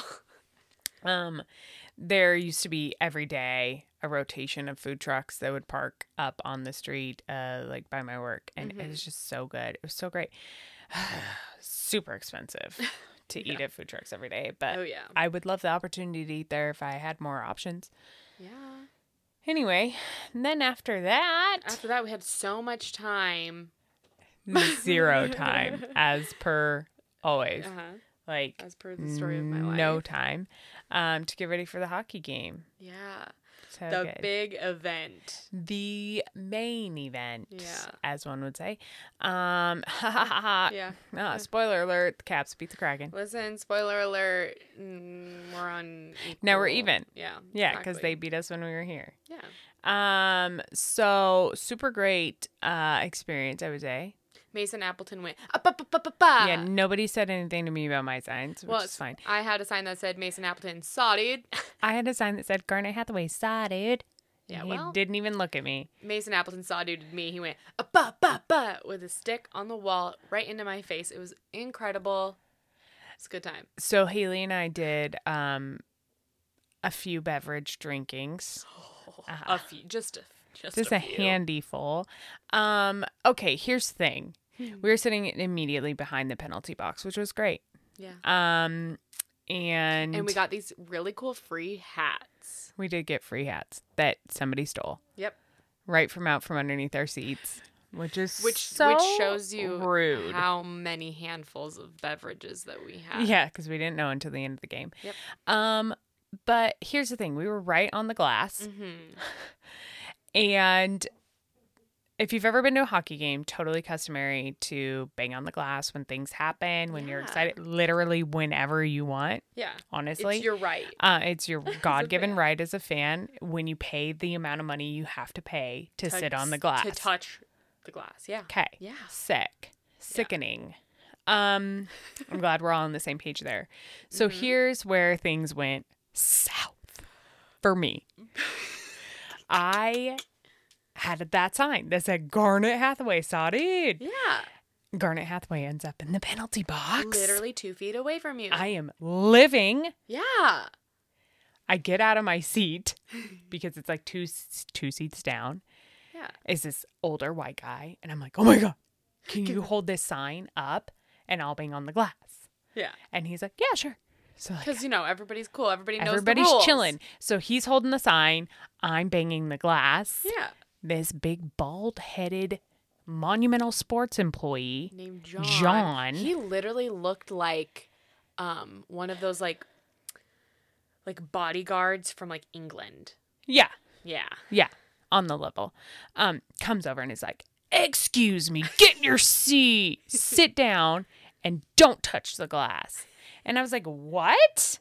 Speaker 1: Um, there used to be every day a rotation of food trucks that would park up on the street, uh, like by my work, and it
Speaker 2: Mhm.
Speaker 1: was just so good. It was so great. Super expensive to eat at food trucks every day, but
Speaker 2: Oh yeah.
Speaker 1: I would love the opportunity to eat there if I had more options.
Speaker 2: Yeah.
Speaker 1: Anyway, and then after that,
Speaker 2: After that, we had so much time.
Speaker 1: zero time as per always.
Speaker 2: Uh-huh.
Speaker 1: Like
Speaker 2: As per the story of my life.
Speaker 1: no time um, to get ready for the hockey game.
Speaker 2: Yeah.
Speaker 1: So
Speaker 2: the
Speaker 1: good.
Speaker 2: big event.
Speaker 1: the main event,
Speaker 2: Yeah.
Speaker 1: as one would say. Um, ha ha ha. ha.
Speaker 2: Yeah.
Speaker 1: Ah, spoiler alert: the Caps beat the Kraken.
Speaker 2: Listen, spoiler alert. mm, We're on.
Speaker 1: Now we're
Speaker 2: equal-
Speaker 1: even.
Speaker 2: Yeah.
Speaker 1: Yeah, because
Speaker 2: exactly.
Speaker 1: they beat us when we were here.
Speaker 2: Yeah.
Speaker 1: Um, so super great uh experience, I would say.
Speaker 2: Mason Appleton went. "Ah, ba, ba, ba, ba, ba."
Speaker 1: yeah, nobody said anything to me about my signs, which
Speaker 2: Well,
Speaker 1: is fine.
Speaker 2: I had a sign that said Mason Appleton saw dude.
Speaker 1: I had a sign that said Garnet Hathaway saw dude.
Speaker 2: Yeah,
Speaker 1: he
Speaker 2: well-
Speaker 1: didn't even look at me.
Speaker 2: Mason Appleton saw dude me. He went "Ah, ba ba ba with a stick on the wall right into my face. It was incredible. It's a good time.
Speaker 1: So Haley and I did um a few beverage drinkings.
Speaker 2: a few, just a, just,
Speaker 1: Uh-huh. just
Speaker 2: a,
Speaker 1: a
Speaker 2: few.
Speaker 1: handy full. Um, okay, here's the thing.
Speaker 2: Hmm.
Speaker 1: We were sitting immediately behind the penalty box, which was great.
Speaker 2: Yeah.
Speaker 1: Um, and,
Speaker 2: And we got these really cool free hats.
Speaker 1: we did get free hats that somebody stole
Speaker 2: Yep.
Speaker 1: right from out from underneath our seats, which is
Speaker 2: Which
Speaker 1: so
Speaker 2: which shows you
Speaker 1: rude.
Speaker 2: how many handfuls of beverages that we had.
Speaker 1: yeah, because we didn't know until the end of the game.
Speaker 2: Yep.
Speaker 1: Um, but here's the thing: we were right on the glass,
Speaker 2: hmm
Speaker 1: And if you've ever been to a hockey game, totally customary to bang on the glass when things happen, when you're
Speaker 2: Yeah.
Speaker 1: excited, literally whenever you want,
Speaker 2: Yeah.
Speaker 1: honestly.
Speaker 2: It's your right.
Speaker 1: uh, it's your God given
Speaker 2: fan.
Speaker 1: right as a fan when you pay the amount of money you have to pay to sit on the glass.
Speaker 2: To touch the glass. Yeah.
Speaker 1: Okay.
Speaker 2: Yeah.
Speaker 1: Sick. Sickening. Um, I'm glad we're all on the same page there. So
Speaker 2: Mm-hmm.
Speaker 1: here's where things went south for me. I had that sign that said Garnet Hathaway saw dude.
Speaker 2: Yeah.
Speaker 1: Garnet Hathaway ends up in the penalty box.
Speaker 2: Literally two feet away from you.
Speaker 1: I am living.
Speaker 2: yeah.
Speaker 1: I get out of my seat because it's like two s- two seats down.
Speaker 2: Yeah.
Speaker 1: is this older white guy and I'm like, "Oh my god. Can you hold this sign up and I'll bang on the glass?"
Speaker 2: Yeah.
Speaker 1: And he's like, "Yeah, sure." So like
Speaker 2: Because, you know, everybody's cool. Everybody knows the
Speaker 1: everybody's
Speaker 2: rules.
Speaker 1: chilling. So he's holding the sign, I'm banging the glass.
Speaker 2: Yeah.
Speaker 1: This big bald-headed monumental sports employee.
Speaker 2: Named John.
Speaker 1: John.
Speaker 2: He literally looked like um one of those like like bodyguards from like England.
Speaker 1: Yeah.
Speaker 2: Yeah.
Speaker 1: Yeah, on the level. Um, comes over and is like, "Excuse me, get in your seat, sit down, and don't touch the glass." And I was like, "What?"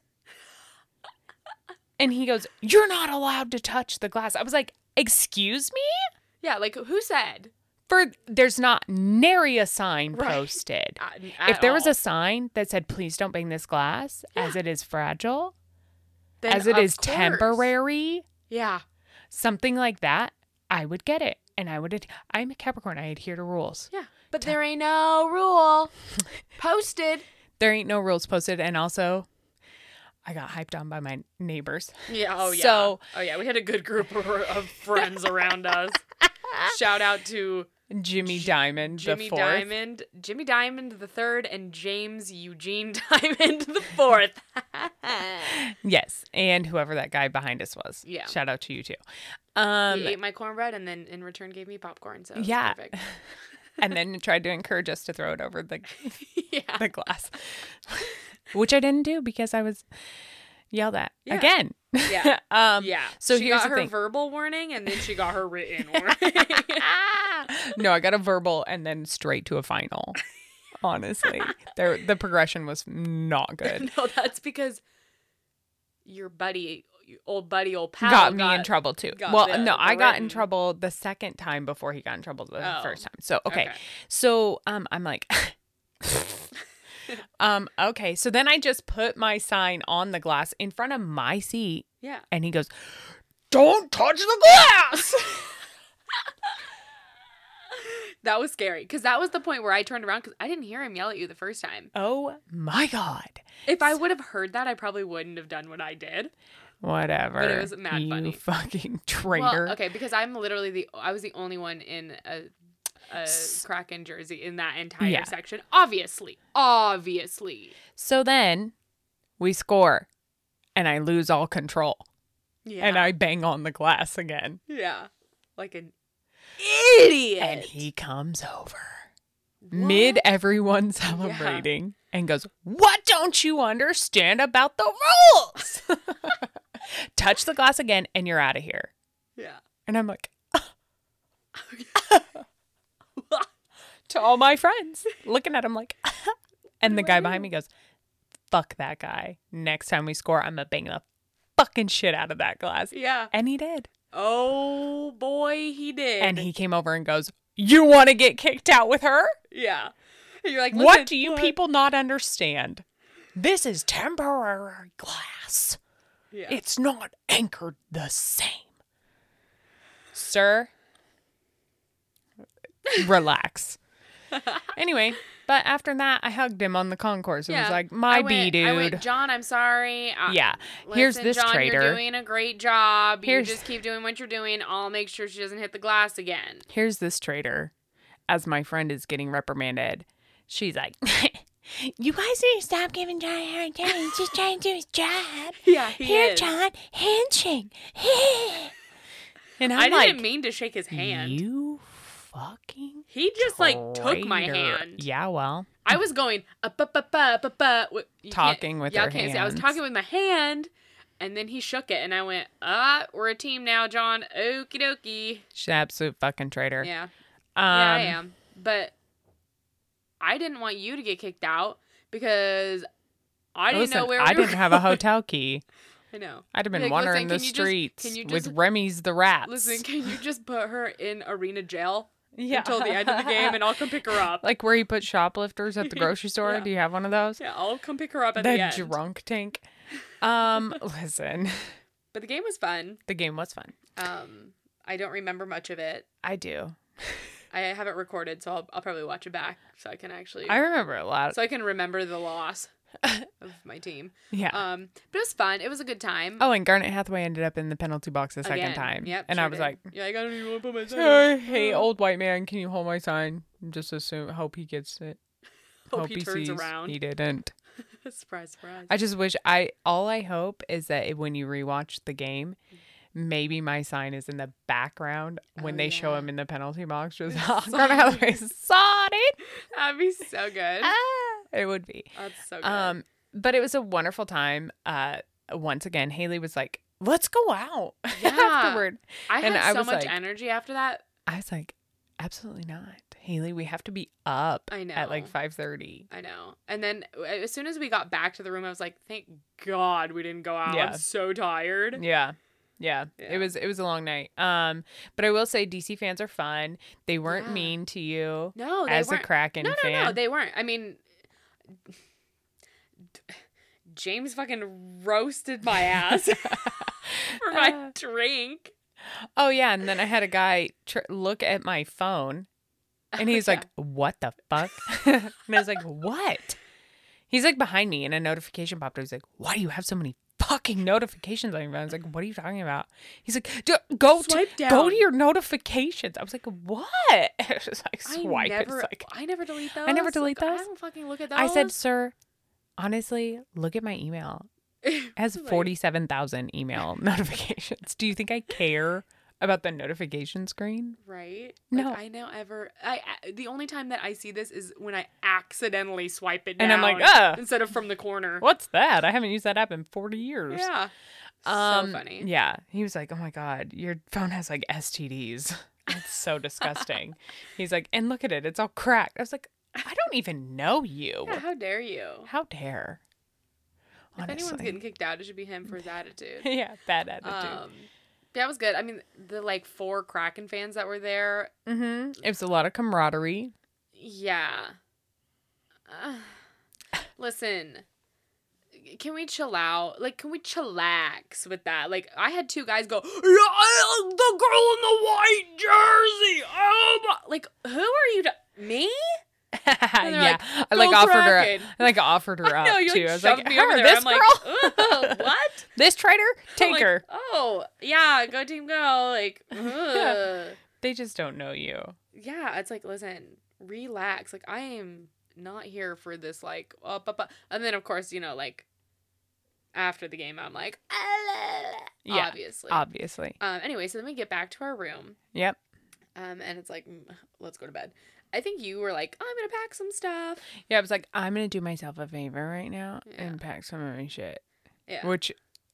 Speaker 1: And he goes, "You're not allowed to touch the glass." I was like, "Excuse me."
Speaker 2: Yeah, like who said?
Speaker 1: For there's not nary a sign
Speaker 2: Right.
Speaker 1: posted.
Speaker 2: At-
Speaker 1: If
Speaker 2: at
Speaker 1: there was
Speaker 2: all.
Speaker 1: a sign that said, "Please don't bang this glass, as it is fragile,
Speaker 2: Then
Speaker 1: as it
Speaker 2: of
Speaker 1: is
Speaker 2: course.
Speaker 1: temporary."
Speaker 2: Yeah.
Speaker 1: something like that, I would get it. And I would, ad- I'm a Capricorn. I adhere to rules.
Speaker 2: Yeah. But there ain't no rule posted.
Speaker 1: There ain't no rules posted. And also, I got hyped on by my neighbors.
Speaker 2: Yeah. Oh yeah.
Speaker 1: So-
Speaker 2: oh yeah. We had a good group of, of friends around us. Shout out to
Speaker 1: Jimmy Diamond,
Speaker 2: Jimmy
Speaker 1: the fourth.
Speaker 2: Diamond, Jimmy Diamond the third, and James Eugene Diamond the fourth.
Speaker 1: Yes. And whoever that guy behind us was.
Speaker 2: Yeah.
Speaker 1: Shout out to you too. Um,
Speaker 2: he ate my cornbread and then in return gave me popcorn. So it was
Speaker 1: yeah.
Speaker 2: perfect.
Speaker 1: and then tried to encourage us to throw it over the,
Speaker 2: yeah.
Speaker 1: the glass, which I didn't do because I was yelled at
Speaker 2: Yeah.
Speaker 1: again.
Speaker 2: Yeah.
Speaker 1: um,
Speaker 2: yeah.
Speaker 1: so
Speaker 2: she
Speaker 1: here's
Speaker 2: got
Speaker 1: the
Speaker 2: her
Speaker 1: thing.
Speaker 2: verbal warning and then she got her written warning.
Speaker 1: no, I got a verbal and then straight to a final. Honestly, there the progression was not good.
Speaker 2: no, that's because your buddy, your old buddy, old pal,
Speaker 1: got me in trouble too.
Speaker 2: got
Speaker 1: Well,
Speaker 2: the-
Speaker 1: no,
Speaker 2: the
Speaker 1: I got in
Speaker 2: written.
Speaker 1: trouble the second time before he got in trouble the
Speaker 2: Oh.
Speaker 1: first time. So okay, so um, I'm like. um okay so then i just put my sign on the glass in front of my seat
Speaker 2: Yeah.
Speaker 1: and he goes don't touch the glass
Speaker 2: That was scary because that was the point where I turned around because I didn't hear him yell at you the first time.
Speaker 1: oh my god
Speaker 2: If I would have heard that, I probably wouldn't have done what I did.
Speaker 1: whatever
Speaker 2: was mad
Speaker 1: you
Speaker 2: funny.
Speaker 1: fucking traitor
Speaker 2: Well, okay, because I'm literally the I was the only one in a, a Kraken jersey in that entire
Speaker 1: Yeah.
Speaker 2: section. Obviously, obviously.
Speaker 1: So then we score and I lose all control.
Speaker 2: Yeah.
Speaker 1: and I bang on the glass again.
Speaker 2: yeah. Like an idiot.
Speaker 1: And he comes over mid everyone celebrating and goes, What don't you understand about the rules? Touch the glass again and you're out of here.
Speaker 2: Yeah.
Speaker 1: And I'm like, to all my friends, looking at him like, and the guy behind me goes, Fuck that guy. Next time we score, I'm going to bang the fucking shit out of that glass.
Speaker 2: Yeah.
Speaker 1: And he did.
Speaker 2: Oh boy, he did.
Speaker 1: And he came over and goes, You want to get kicked out with her?
Speaker 2: Yeah. And you're like, "Listen,
Speaker 1: What do you
Speaker 2: what?"
Speaker 1: people not understand? This is temporary glass.
Speaker 2: Yeah.
Speaker 1: It's not anchored the same. Sir, relax. anyway, but after that, I hugged him on the concourse and
Speaker 2: Yeah.
Speaker 1: was like, my
Speaker 2: I
Speaker 1: B
Speaker 2: went- I went,
Speaker 1: dude.
Speaker 2: John, I'm sorry. I-
Speaker 1: Yeah. Here's
Speaker 2: listen,
Speaker 1: this
Speaker 2: John, You're
Speaker 1: traitor.
Speaker 2: doing a great job.
Speaker 1: Here's-
Speaker 2: You just keep doing what you're doing. I'll make sure she doesn't hit the glass again.
Speaker 1: Here's this traitor. As my friend is getting reprimanded, she's like, You guys need to stop giving John a hard time. He's just trying to do his job.
Speaker 2: Yeah, he
Speaker 1: Here,
Speaker 2: is.
Speaker 1: John, handshake. and I'm
Speaker 2: I
Speaker 1: like,
Speaker 2: didn't mean to shake his hand.
Speaker 1: you fucking
Speaker 2: he just like took my
Speaker 1: traitor."
Speaker 2: hand.
Speaker 1: Yeah, well,
Speaker 2: I was going up, up, up, up, up, up. wi- you can't-
Speaker 1: Talking with
Speaker 2: y'all
Speaker 1: her
Speaker 2: can't see. I was
Speaker 1: hands.
Speaker 2: talking with my hand, and then he shook it, and I went, "Ah, we're a team now, John. Okie dokie."
Speaker 1: she's an absolute fucking traitor.
Speaker 2: Yeah,
Speaker 1: um,
Speaker 2: yeah, I am. But I didn't want you to get kicked out because I didn't
Speaker 1: listen,
Speaker 2: know where
Speaker 1: I
Speaker 2: we were
Speaker 1: didn't have a
Speaker 2: going.
Speaker 1: hotel key.
Speaker 2: I know.
Speaker 1: I'd have been
Speaker 2: Like, listen,
Speaker 1: wandering
Speaker 2: can
Speaker 1: the
Speaker 2: you just-
Speaker 1: streets
Speaker 2: can you
Speaker 1: with
Speaker 2: just-
Speaker 1: Remy's the rats.
Speaker 2: Listen, can you just put her in arena jail
Speaker 1: yeah.
Speaker 2: until the end of the game, and I'll come pick her up?
Speaker 1: like where you put shoplifters at the grocery store.
Speaker 2: Yeah.
Speaker 1: Do you have one of those?
Speaker 2: yeah, I'll come pick her up at the,
Speaker 1: the
Speaker 2: end.
Speaker 1: drunk tank. Um, listen,
Speaker 2: but the game was fun.
Speaker 1: the game was fun.
Speaker 2: Um, I don't remember much of it.
Speaker 1: I do.
Speaker 2: I haven't recorded, so I'll, I'll probably watch it back so I can actually
Speaker 1: I remember a lot.
Speaker 2: so I can remember the loss of my team.
Speaker 1: yeah.
Speaker 2: Um, but it was fun. It was a good time.
Speaker 1: Oh, and Garnet Hathaway ended up in the penalty box the second
Speaker 2: Again.
Speaker 1: time.
Speaker 2: Yep,
Speaker 1: and
Speaker 2: sure
Speaker 1: I was
Speaker 2: did.
Speaker 1: like,
Speaker 2: yeah, I got to put my sign
Speaker 1: hey,
Speaker 2: up.
Speaker 1: hey,
Speaker 2: Uh,
Speaker 1: old white man, can you hold my sign? Just assume, hope he gets it.
Speaker 2: hope, he, turns
Speaker 1: sees
Speaker 2: around.
Speaker 1: He didn't.
Speaker 2: surprise, surprise.
Speaker 1: I just wish I. All I hope is that it- when you rewatch the game, maybe my sign is in the background when
Speaker 2: Oh,
Speaker 1: they show
Speaker 2: yeah.
Speaker 1: him in the penalty box. Just
Speaker 2: Sorry.
Speaker 1: Garnet Hathaway, sorry.
Speaker 2: That'd be so good.
Speaker 1: Ah, it would be.
Speaker 2: That's so good.
Speaker 1: Um, but it was a wonderful time. Uh, once again, Haley was like, "Let's go out."
Speaker 2: Yeah.
Speaker 1: Afterward,
Speaker 2: I had
Speaker 1: and I
Speaker 2: so
Speaker 1: was
Speaker 2: much
Speaker 1: like-
Speaker 2: energy after that.
Speaker 1: I was like, absolutely not. Haley, we have to be up
Speaker 2: I know.
Speaker 1: at like 5.30.
Speaker 2: I know. And then uh, as soon as we got back to the room, I was like, thank God we didn't go out.
Speaker 1: Yeah.
Speaker 2: I'm so tired.
Speaker 1: Yeah. Yeah.
Speaker 2: Yeah.
Speaker 1: It was it was a long night. Um but I will say DC fans are fun. They weren't
Speaker 2: Yeah.
Speaker 1: mean to you
Speaker 2: No, they
Speaker 1: as a
Speaker 2: weren't.
Speaker 1: Kraken
Speaker 2: no, no,
Speaker 1: fan.
Speaker 2: no, they weren't. I mean, James fucking roasted my ass for my
Speaker 1: Uh.
Speaker 2: drink.
Speaker 1: oh yeah, and then I had a guy tr- look at my phone and he's like, "What the fuck?" and I was like, "What?" He's like behind me and a notification popped up. He's like, "Why do you have so many fucking notifications on your phone?" I was like, "What are you talking about?" He's like, "D- "Go to
Speaker 2: swipe down.
Speaker 1: Go to your notifications. I was like, what? I was like,
Speaker 2: I
Speaker 1: swipe. It's
Speaker 2: never,
Speaker 1: like,
Speaker 2: I never delete those.
Speaker 1: I never delete
Speaker 2: Like, I
Speaker 1: those.
Speaker 2: don't fucking look at those.
Speaker 1: I said, sir, honestly, look at my email. It has
Speaker 2: Like-
Speaker 1: 47,000 email notifications. Do you think I care about the notification screen?
Speaker 2: right?
Speaker 1: No.
Speaker 2: like, I know ever. I I- the only time that I see this is when I accidentally swipe it down,
Speaker 1: And I'm like, "Ugh."
Speaker 2: instead of from the corner.
Speaker 1: What's that? I haven't used that app in 40 years.
Speaker 2: Yeah,
Speaker 1: Um,
Speaker 2: so funny.
Speaker 1: Yeah. He was like, oh my God, your phone has like STDs. It's so disgusting. He's like, and look at it. It's all cracked. I was like, I don't even know you.
Speaker 2: Yeah, how dare you?
Speaker 1: How dare?
Speaker 2: If anyone's
Speaker 1: Honestly.
Speaker 2: getting kicked out, it should be him for his attitude.
Speaker 1: yeah, bad attitude.
Speaker 2: Um, that was good. I mean, the like four Kraken fans that were there,
Speaker 1: hmm It was a lot of camaraderie.
Speaker 2: yeah. Ugh. listen, can we chill out? Like, can we chillax with that? Like, I had two guys go, yeah, I like the girl in the white jersey. Oh, my-" like, who are you? To- Me?
Speaker 1: yeah,
Speaker 2: they're
Speaker 1: I like
Speaker 2: "Go
Speaker 1: offered her. Up,
Speaker 2: Kraken."
Speaker 1: I like offered her up
Speaker 2: no, you
Speaker 1: too.
Speaker 2: like,
Speaker 1: I was
Speaker 2: shoved
Speaker 1: like,
Speaker 2: me over
Speaker 1: her,
Speaker 2: there.
Speaker 1: this
Speaker 2: I'm
Speaker 1: girl,
Speaker 2: like, "Ugh, what?
Speaker 1: this traitor,
Speaker 2: I'm
Speaker 1: take
Speaker 2: like,
Speaker 1: her.
Speaker 2: Oh, yeah, go team go. Like, ugh.
Speaker 1: They just don't know you.
Speaker 2: yeah, it's like, listen, relax. Like, I am not here for this, like, uh, up, up, up. And then, of course, you know, like, after the game, I'm like, "Ah, la, la, la."
Speaker 1: Yeah,
Speaker 2: obviously.
Speaker 1: obviously.
Speaker 2: um, anyway, so then we get back to our room,
Speaker 1: Yep.
Speaker 2: um, and it's like, "Mm, let's go to bed. I think you were like, I'm gonna pack some stuff.
Speaker 1: Yeah, I was like, I'm gonna do myself a favor right now
Speaker 2: Yeah.
Speaker 1: and pack some of my shit,
Speaker 2: Yeah,
Speaker 1: which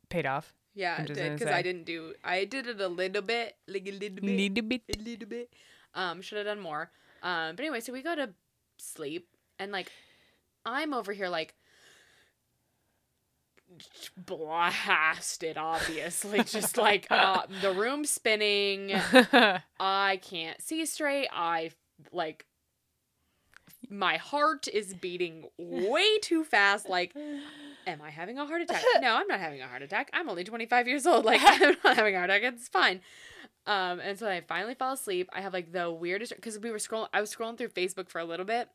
Speaker 1: paid off.
Speaker 2: yeah,
Speaker 1: I'm
Speaker 2: it
Speaker 1: just
Speaker 2: did
Speaker 1: gonna
Speaker 2: because I
Speaker 1: say.
Speaker 2: didn't do. I did it a little bit, like a little bit,
Speaker 1: Need to be
Speaker 2: a little bit. Um, should have done more. Um, but anyway, so we go to sleep, and like, I'm over here like blasted, obviously, just like uh, the room spinning. I can't see straight. I like my heart is beating way too fast. Like, am I having a heart attack? No, I'm not having a heart attack. I'm only 25 years old. Like, I'm not having a heart attack. It's fine. Um, and so I finally fall asleep. I have like the weirdest because we were scrolling. I was scrolling through Facebook for a little bit,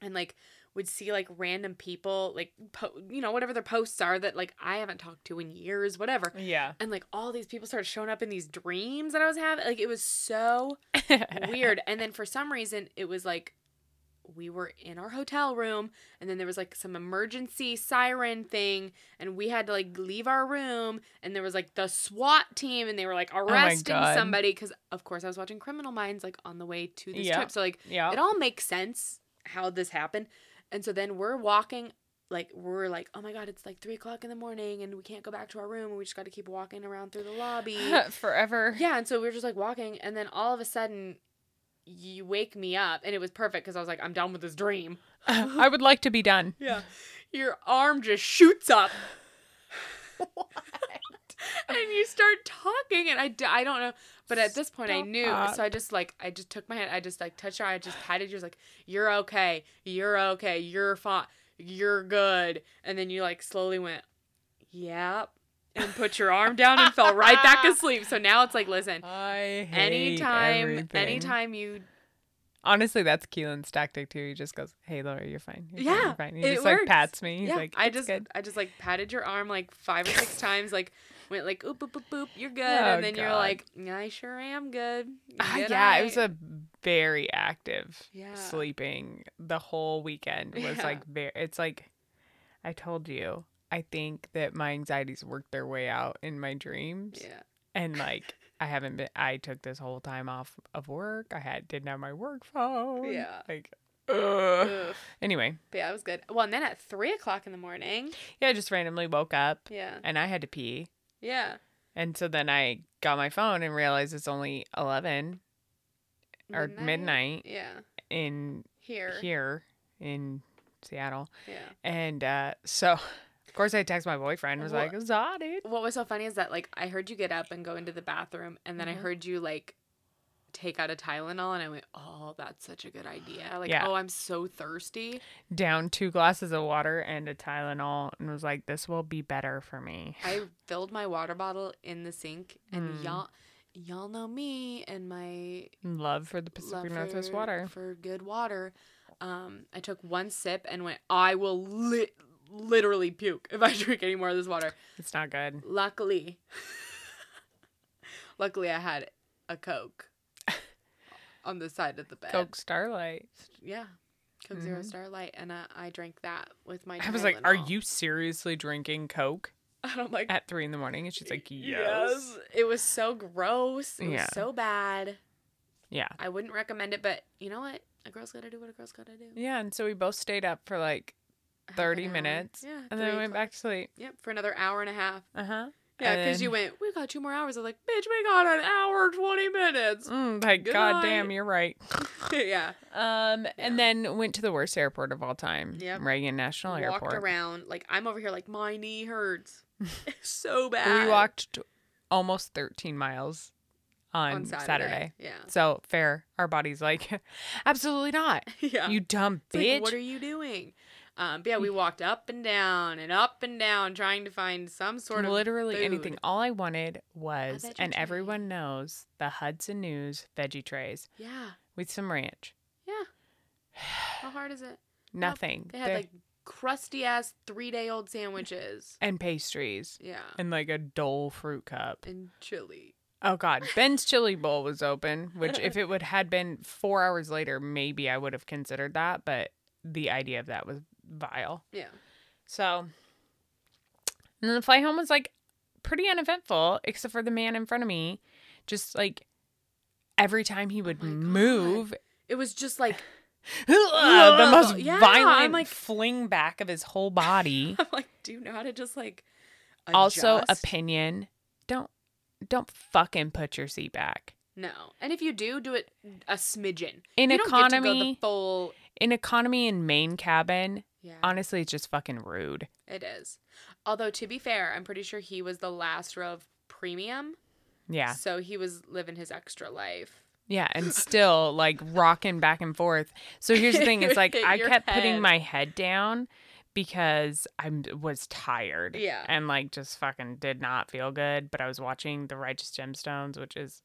Speaker 2: and like would see like random people like po- you know whatever their posts are that like I haven't talked to in years, whatever
Speaker 1: yeah.
Speaker 2: and like all these people started showing up in these dreams that I was having. Like it was so weird. And then for some reason, it was like we were in our hotel room, and then there was like some emergency siren thing, and we had to like leave our room. And there was like the SWAT team, and they were like arresting
Speaker 1: Oh God.
Speaker 2: somebody because, of course, I was watching Criminal Minds like on the way to this
Speaker 1: Yeah.
Speaker 2: trip. So like
Speaker 1: Yeah.
Speaker 2: it all makes sense how this happened. And so then we're walking, like we're like, oh my god, it's like three o'clock in the morning, and we can't go back to our room, and we just got to keep walking around through the lobby.
Speaker 1: Forever.
Speaker 2: yeah, and so we were just like walking, and then all of a sudden, you wake me up, and it was perfect because I was like, I'm done with this dream.
Speaker 1: I would like to be done.
Speaker 2: Yeah, your arm just shoots up. and you start talking and I, d- I don't know but at this point i
Speaker 1: Stop.
Speaker 2: knew so i just like i just took my hand i just like touched her i just patted you I was like you're okay you're okay you're fine you're good and then you like slowly went yep and put your arm down and fell right back asleep so now it's like listen
Speaker 1: I hate
Speaker 2: anytime
Speaker 1: everything.
Speaker 2: anytime you
Speaker 1: Honestly, that's Keelan's tactic too. He just goes, "Hey, Laura, you're fine. You're fine,
Speaker 2: Yeah,
Speaker 1: you're fine." He
Speaker 2: it
Speaker 1: just
Speaker 2: works.
Speaker 1: like pats me. He's
Speaker 2: yeah
Speaker 1: like,
Speaker 2: i
Speaker 1: "It's
Speaker 2: just
Speaker 1: good."
Speaker 2: i just like patted your arm like five or six times like went like oop boop boop boop you're good
Speaker 1: Oh,
Speaker 2: and then you're
Speaker 1: God.
Speaker 2: like i sure am good
Speaker 1: Ah,
Speaker 2: Good
Speaker 1: yeah, it was
Speaker 2: night."
Speaker 1: a very active
Speaker 2: Yeah.
Speaker 1: sleeping. The whole weekend was
Speaker 2: Yeah.
Speaker 1: like very. It's like I told you. I think that my anxieties worked their way out in my dreams,
Speaker 2: yeah
Speaker 1: and like I haven't been. I took this whole time off of work. I had didn't have my work phone.
Speaker 2: Yeah.
Speaker 1: like. Ugh.
Speaker 2: Ugh.
Speaker 1: Anyway,
Speaker 2: But yeah, it was good. Well, and then at three o'clock in the morning.
Speaker 1: yeah, I just randomly woke up
Speaker 2: Yeah.
Speaker 1: and I had to pee.
Speaker 2: Yeah.
Speaker 1: And so then I got my phone and realized it's only 11 or midnight
Speaker 2: Yeah.
Speaker 1: in
Speaker 2: Here.
Speaker 1: here in Seattle.
Speaker 2: Yeah.
Speaker 1: And uh, so, of course, I text my boyfriend, was
Speaker 2: Well-
Speaker 1: like, Zod, dude.
Speaker 2: What was so funny is that like I heard you get up and go into the bathroom, and then
Speaker 1: Mhm.
Speaker 2: I heard you like take out a Tylenol, and I went, "Oh, that's such a good idea." Like,
Speaker 1: Yeah.
Speaker 2: oh, I'm so thirsty.
Speaker 1: Down two glasses of water and a Tylenol and was like, this will be better for me.
Speaker 2: I filled my water bottle in the sink, and
Speaker 1: Mm.
Speaker 2: y'all, y'all know me and my
Speaker 1: Love for the
Speaker 2: love
Speaker 1: Pacific Northwest water.
Speaker 2: for good water. Um, I took one sip and went, "I will lit literally puke if I drink any more of this water."
Speaker 1: It's not good.
Speaker 2: Luckily, luckily I had a Coke on the side of the bed.
Speaker 1: Coke Starlight.
Speaker 2: yeah, Coke Zero
Speaker 1: Mhm.
Speaker 2: Starlight, and uh, I drank that with my.
Speaker 1: I was like, are
Speaker 2: Tylenol."
Speaker 1: you seriously drinking Coke
Speaker 2: And I'm like,
Speaker 1: at three in the morning? And she's like, yes.
Speaker 2: It was so gross. It
Speaker 1: Yeah.
Speaker 2: was so bad.
Speaker 1: Yeah.
Speaker 2: I wouldn't recommend it, but you know what? A girl's gotta do what a girl's gotta do.
Speaker 1: Yeah. And so we both stayed up for like
Speaker 2: Half an
Speaker 1: 30
Speaker 2: hour.
Speaker 1: minutes.
Speaker 2: Yeah.
Speaker 1: And then
Speaker 2: three
Speaker 1: I went
Speaker 2: o'clock.
Speaker 1: back to sleep.
Speaker 2: Yep, for another hour and a half.
Speaker 1: Uh huh.
Speaker 2: Yeah, because you went, we got two more hours. I was like, bitch, we got an hour and 20 minutes.
Speaker 1: Mm, like,
Speaker 2: Good
Speaker 1: God
Speaker 2: night.
Speaker 1: damn, you're right.
Speaker 2: yeah.
Speaker 1: Um, and
Speaker 2: Yeah.
Speaker 1: then went to the worst airport of all time.
Speaker 2: Yep.
Speaker 1: Reagan National
Speaker 2: walked
Speaker 1: Airport.
Speaker 2: around. Like I'm over here, like my knee hurts so bad.
Speaker 1: We walked t- almost 13 miles on, Saturday.
Speaker 2: Yeah,
Speaker 1: So fair. Our body's like, absolutely not.
Speaker 2: yeah.
Speaker 1: You dumb
Speaker 2: Uh, It's like,
Speaker 1: bitch. Mm.
Speaker 2: what are you doing? Um, but yeah, we walked up and down and up and down, trying to find some sort of
Speaker 1: Literally
Speaker 2: food.
Speaker 1: anything. All I wanted was,
Speaker 2: veggie
Speaker 1: and
Speaker 2: tray.
Speaker 1: everyone knows, the Hudson News veggie trays
Speaker 2: Yeah,
Speaker 1: with some ranch.
Speaker 2: yeah. How hard is it?
Speaker 1: Nothing.
Speaker 2: They had
Speaker 1: There-
Speaker 2: like crusty ass three day old sandwiches.
Speaker 1: and pastries
Speaker 2: Yeah,
Speaker 1: and like a dole fruit cup.
Speaker 2: and chili.
Speaker 1: Oh God, Ben's Chili Bowl was open, which if it would had been four hours later, maybe I would have considered that. But the idea of that was vile.
Speaker 2: Yeah,
Speaker 1: So, and then the flight home was like pretty uneventful, except for the man in front of me, just like every time he would
Speaker 2: my God.
Speaker 1: move,
Speaker 2: It was just like
Speaker 1: the most
Speaker 2: Yeah, I'm
Speaker 1: violent
Speaker 2: like-
Speaker 1: fling back of his whole body.
Speaker 2: I'm like, do you know how to just like
Speaker 1: Also,
Speaker 2: adjust?
Speaker 1: opinion: don't don't fucking put your seat back.
Speaker 2: no. And if you do, do it a smidgen.
Speaker 1: In
Speaker 2: you don't get to go the
Speaker 1: economy-
Speaker 2: full.
Speaker 1: In economy and main cabin,
Speaker 2: Yeah,
Speaker 1: honestly, it's just fucking rude.
Speaker 2: it is. Although to be fair, I'm pretty sure he was the last row of premium,
Speaker 1: Yeah,
Speaker 2: so he was living his extra life.
Speaker 1: yeah, and still like rocking back and forth. So here's the thing:
Speaker 2: It would
Speaker 1: it's like
Speaker 2: hit
Speaker 1: I
Speaker 2: your
Speaker 1: kept
Speaker 2: head.
Speaker 1: putting my head down because I was tired.
Speaker 2: Yeah.
Speaker 1: and like just fucking did not feel good. But I was watching The Righteous Gemstones, which is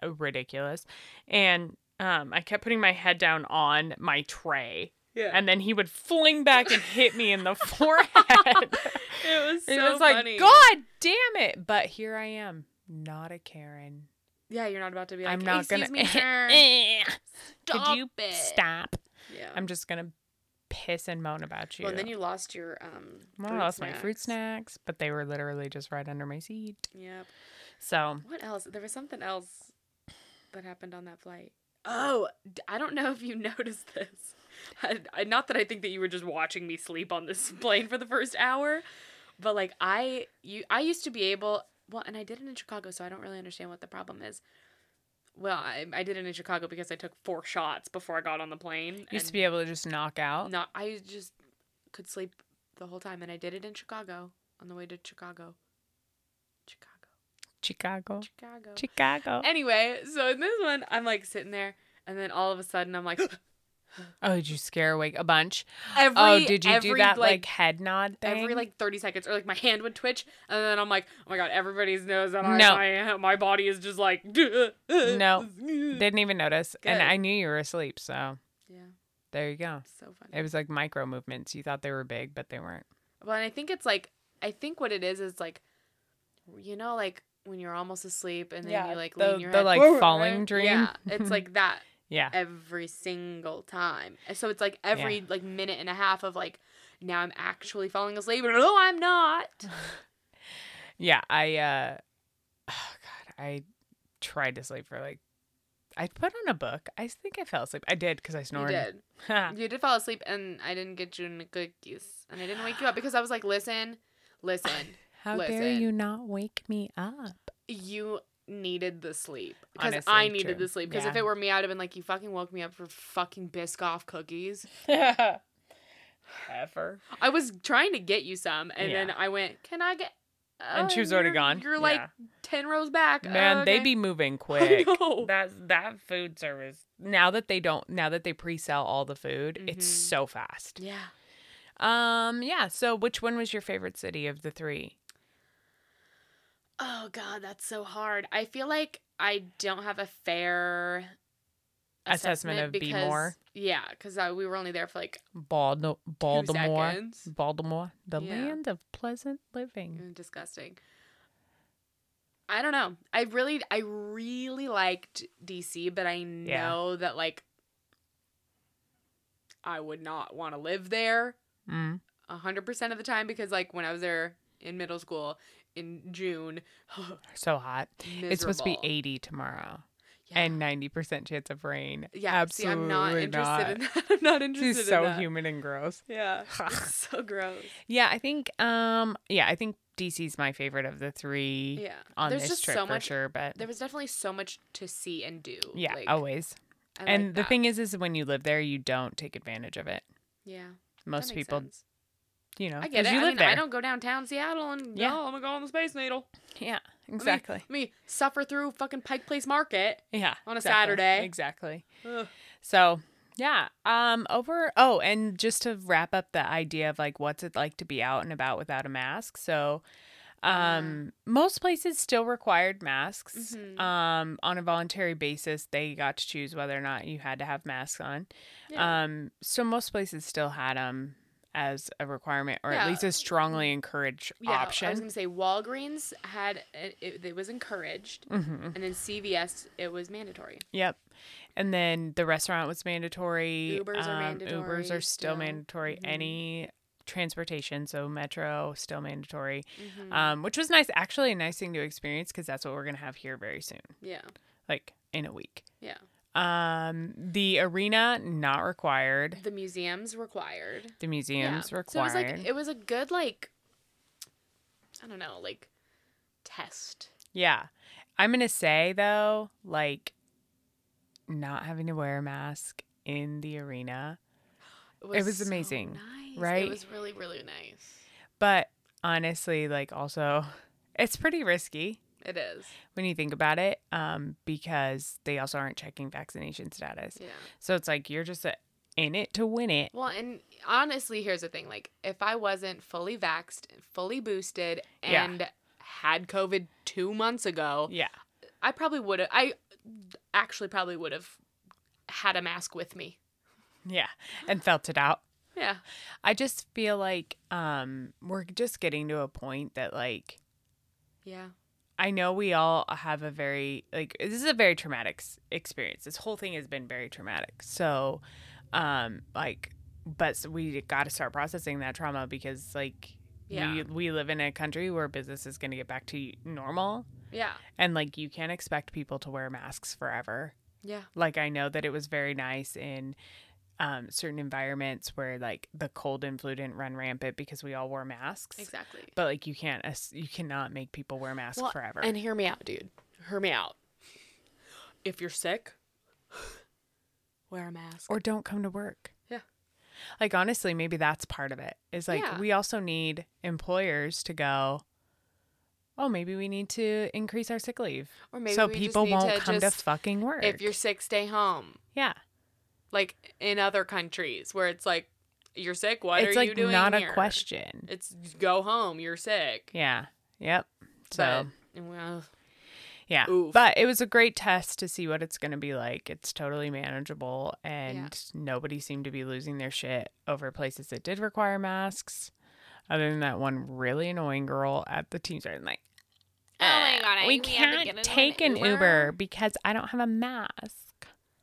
Speaker 1: ridiculous, and um, I kept putting my head down on my tray.
Speaker 2: Yeah,
Speaker 1: And then he would fling back and hit me in the forehead.
Speaker 2: it was so
Speaker 1: it was like,
Speaker 2: funny.
Speaker 1: God damn it! But here I am, not a Karen.
Speaker 2: Yeah, you're not about to be like,
Speaker 1: I'm not
Speaker 2: excuse
Speaker 1: gonna.
Speaker 2: me, sir.
Speaker 1: Could you
Speaker 2: Eh, it."
Speaker 1: stop?
Speaker 2: Yeah.
Speaker 1: I'm just gonna piss and moan about you.
Speaker 2: Well, and then you lost your um.
Speaker 1: Well, I
Speaker 2: fruit
Speaker 1: lost my fruit
Speaker 2: snacks.
Speaker 1: snacks, but they were literally just right under my seat.
Speaker 2: Yep.
Speaker 1: So
Speaker 2: What else? There was something else that happened on that flight. Oh, d- I don't know if you noticed this. I, I, not that I think that you were just watching me sleep on this plane for the first hour, but like I you I used to be able well, and I did it in Chicago, so I don't really understand what the problem is. Well, I, I did it in Chicago because I took four shots before I got on the plane.
Speaker 1: used
Speaker 2: and
Speaker 1: to be able to just knock out.
Speaker 2: not I just could sleep the whole time, and I did it in Chicago on the way to Chicago. Chicago,
Speaker 1: Chicago,
Speaker 2: Chicago.
Speaker 1: Oh. Chicago.
Speaker 2: Anyway, so in this one, I'm like sitting there, and then all of a sudden, I'm like,
Speaker 1: Oh, did you scare awake a bunch?
Speaker 2: every
Speaker 1: oh, did you do
Speaker 2: every,
Speaker 1: that like, head nod thing?
Speaker 2: every like 30 seconds, or like my hand would twitch, and then I'm like, oh my god, everybody knows that I,
Speaker 1: No.
Speaker 2: my my body is just like,
Speaker 1: No. didn't even notice, and
Speaker 2: Good.
Speaker 1: I knew you were asleep. So
Speaker 2: yeah,
Speaker 1: there you go.
Speaker 2: so funny.
Speaker 1: It was like micro movements. You thought they were big, but they weren't.
Speaker 2: Well, and I think it's like I think what it is is like, you know, like when you're almost asleep and then
Speaker 1: Yeah,
Speaker 2: you like
Speaker 1: the-
Speaker 2: lean your
Speaker 1: the,
Speaker 2: head
Speaker 1: like,
Speaker 2: forward,
Speaker 1: falling
Speaker 2: right?
Speaker 1: dream.
Speaker 2: Yeah, it's like that
Speaker 1: Yeah.
Speaker 2: every single time. And so it's like every like minute and a half of like now I'm actually falling asleep. and No, I'm not.
Speaker 1: Yeah, I uh oh god, I tried to sleep for like I put on a book. I think I fell asleep. I did cuz I
Speaker 2: You
Speaker 1: snored.
Speaker 2: did. You did fall asleep, and I didn't get you any cookies, and I didn't wake you up because I was like, listen, listen,
Speaker 1: How dare
Speaker 2: Listen.
Speaker 1: you not wake me up?
Speaker 2: you needed the sleep because I
Speaker 1: Honestly,
Speaker 2: needed
Speaker 1: true.
Speaker 2: the sleep because if
Speaker 1: Yeah.
Speaker 2: it were me, I'd have been like, you fucking woke me up for fucking Biscoff cookies.
Speaker 1: Ever.
Speaker 2: I was trying to get you some, and then
Speaker 1: Yeah.
Speaker 2: I went, "Can I get?"
Speaker 1: And she was
Speaker 2: "Oh,
Speaker 1: already
Speaker 2: you're-
Speaker 1: gone.
Speaker 2: You're like
Speaker 1: Yeah.
Speaker 2: ten rows back.
Speaker 1: Man,
Speaker 2: Oh,
Speaker 1: they
Speaker 2: okay."
Speaker 1: be moving
Speaker 2: I
Speaker 1: quick.
Speaker 2: know.
Speaker 1: That's that food service. Now that they don't now that they pre-sell all the food, it's
Speaker 2: Mhm.
Speaker 1: so fast.
Speaker 2: Yeah.
Speaker 1: Um yeah, so which one was your favorite city of the 3?
Speaker 2: Oh God, that's so hard. I feel like I don't have a fair
Speaker 1: Assessment of
Speaker 2: because,
Speaker 1: Be More.
Speaker 2: Yeah, because we were only there for like
Speaker 1: Baldo-
Speaker 2: two
Speaker 1: Baltimore.
Speaker 2: seconds.
Speaker 1: Baltimore, the
Speaker 2: Yeah.
Speaker 1: land of pleasant living.
Speaker 2: Mm, Disgusting. I don't know. I really, I really liked DC, but I know that like I would not want to live there.
Speaker 1: Mm.
Speaker 2: a 100% of the time because like when I was there in middle school in June,
Speaker 1: So hot. It's supposed to be
Speaker 2: miserable.
Speaker 1: 80 tomorrow
Speaker 2: Yeah.
Speaker 1: and 90% chance of rain.
Speaker 2: yeah,
Speaker 1: absolutely
Speaker 2: see, I'm not interested
Speaker 1: not.
Speaker 2: in that. I'm not interested
Speaker 1: She's
Speaker 2: in
Speaker 1: so
Speaker 2: that.
Speaker 1: human and gross.
Speaker 2: Yeah. it's so gross.
Speaker 1: Yeah, I think um yeah, I think DC's my favorite of the 3
Speaker 2: Yeah.
Speaker 1: on
Speaker 2: There's
Speaker 1: this
Speaker 2: just
Speaker 1: trip
Speaker 2: so
Speaker 1: for
Speaker 2: much
Speaker 1: sure, but
Speaker 2: there was definitely so much to see and do.
Speaker 1: yeah,
Speaker 2: Like,
Speaker 1: always.
Speaker 2: I like
Speaker 1: And the
Speaker 2: that.
Speaker 1: thing is is when you live there, you don't take advantage of it.
Speaker 2: Yeah. that
Speaker 1: Most
Speaker 2: makes
Speaker 1: people,
Speaker 2: sense.
Speaker 1: you know,
Speaker 2: I get
Speaker 1: 'cause
Speaker 2: it.
Speaker 1: you
Speaker 2: I
Speaker 1: live
Speaker 2: mean,
Speaker 1: there.
Speaker 2: I don't go downtown Seattle and
Speaker 1: Yeah.
Speaker 2: no, I'm gonna go on the Space Needle.
Speaker 1: Yeah,
Speaker 2: Let me-
Speaker 1: exactly.
Speaker 2: Let me, suffer through fucking Pike Place Market.
Speaker 1: yeah.
Speaker 2: on a
Speaker 1: exactly,
Speaker 2: Saturday.
Speaker 1: Exactly.
Speaker 2: Ugh.
Speaker 1: So yeah. Um over oh, and just to wrap up the idea of like what's it like to be out and about without a mask. So um most places still required masks.
Speaker 2: Mhm.
Speaker 1: Um on a voluntary basis, they got to choose whether or not you had to have masks on.
Speaker 2: Yeah.
Speaker 1: Um so most places still had them as a requirement or
Speaker 2: Yeah.
Speaker 1: at least a strongly encouraged
Speaker 2: yeah, I was
Speaker 1: option.
Speaker 2: gonna say Walgreens had it, it, it was encouraged,
Speaker 1: hmm
Speaker 2: and then CVS it was mandatory.
Speaker 1: Yep. And then the restaurant was mandatory.
Speaker 2: Ubers are mandatory
Speaker 1: Ubers are still
Speaker 2: still.
Speaker 1: mandatory.
Speaker 2: Mhm.
Speaker 1: Any transportation, so metro still mandatory,
Speaker 2: Mm-hmm.
Speaker 1: um, which was nice. Actually, a nice thing to experience because that's what we're gonna have here very soon,
Speaker 2: Yeah.
Speaker 1: like in a week.
Speaker 2: Yeah.
Speaker 1: Um, the arena not required.
Speaker 2: The museum's required.
Speaker 1: The museums
Speaker 2: So it
Speaker 1: required.
Speaker 2: was like it was a good like I don't know, like test.
Speaker 1: yeah, I'm gonna say though, like not having to wear a mask in the arena It was
Speaker 2: so
Speaker 1: amazing,
Speaker 2: nice.
Speaker 1: right?
Speaker 2: It was really really nice.
Speaker 1: But honestly, like also, it's pretty risky
Speaker 2: It is.
Speaker 1: when you think about it um, because they also aren't checking vaccination status.
Speaker 2: Yeah.
Speaker 1: So it's like you're just uh in it to win it.
Speaker 2: Well, and honestly, here's the thing: like, if I wasn't fully vaxxed, fully boosted,
Speaker 1: Yeah.
Speaker 2: and had COVID two months ago,
Speaker 1: Yeah.
Speaker 2: I probably would have. I actually probably would have had a mask with me.
Speaker 1: Yeah. And felt it out.
Speaker 2: Yeah.
Speaker 1: I just feel like um, we're just getting to a point that, like,
Speaker 2: Yeah.
Speaker 1: I know we all have a very like this is a very traumatic s- experience. This whole thing has been very traumatic. So, um, like, but s- we got to start processing that trauma because like we
Speaker 2: Yeah.
Speaker 1: we live in a country where business is going to get back to normal,
Speaker 2: Yeah.
Speaker 1: and like you can't expect people to wear masks forever.
Speaker 2: Yeah.
Speaker 1: Like I know that it was very nice in um, certain environments where like the cold and flu didn't run rampant because we all wore masks.
Speaker 2: Exactly.
Speaker 1: But like you can't, as- you cannot make people wear masks
Speaker 2: Well,
Speaker 1: forever.
Speaker 2: And hear me out, dude. Hear me out. If you're sick, wear a mask.
Speaker 1: or don't come to work.
Speaker 2: Yeah.
Speaker 1: Like honestly, maybe that's part of it. Is like
Speaker 2: Yeah.
Speaker 1: we also need employers to go, "Oh, maybe we need to increase our sick leave
Speaker 2: Or maybe
Speaker 1: so
Speaker 2: we just
Speaker 1: people
Speaker 2: need
Speaker 1: won't come
Speaker 2: just-
Speaker 1: to fucking work."
Speaker 2: If you're sick, stay home.
Speaker 1: yeah.
Speaker 2: Like in other countries where it's like, you're sick. What
Speaker 1: it's
Speaker 2: are
Speaker 1: like
Speaker 2: you doing?
Speaker 1: not
Speaker 2: here?
Speaker 1: a question.
Speaker 2: It's go home. You're sick.
Speaker 1: Yeah. Yep. So,
Speaker 2: But, well,
Speaker 1: yeah.
Speaker 2: oof.
Speaker 1: But it was a great test to see what it's going to be like. It's totally manageable and nobody seemed to be losing their shit over places that did require masks. Other than that one really annoying girl at the team starting like "Eh,
Speaker 2: oh my god, I,
Speaker 1: we
Speaker 2: we had to
Speaker 1: can't
Speaker 2: get into
Speaker 1: take an Uber because I don't have a mask.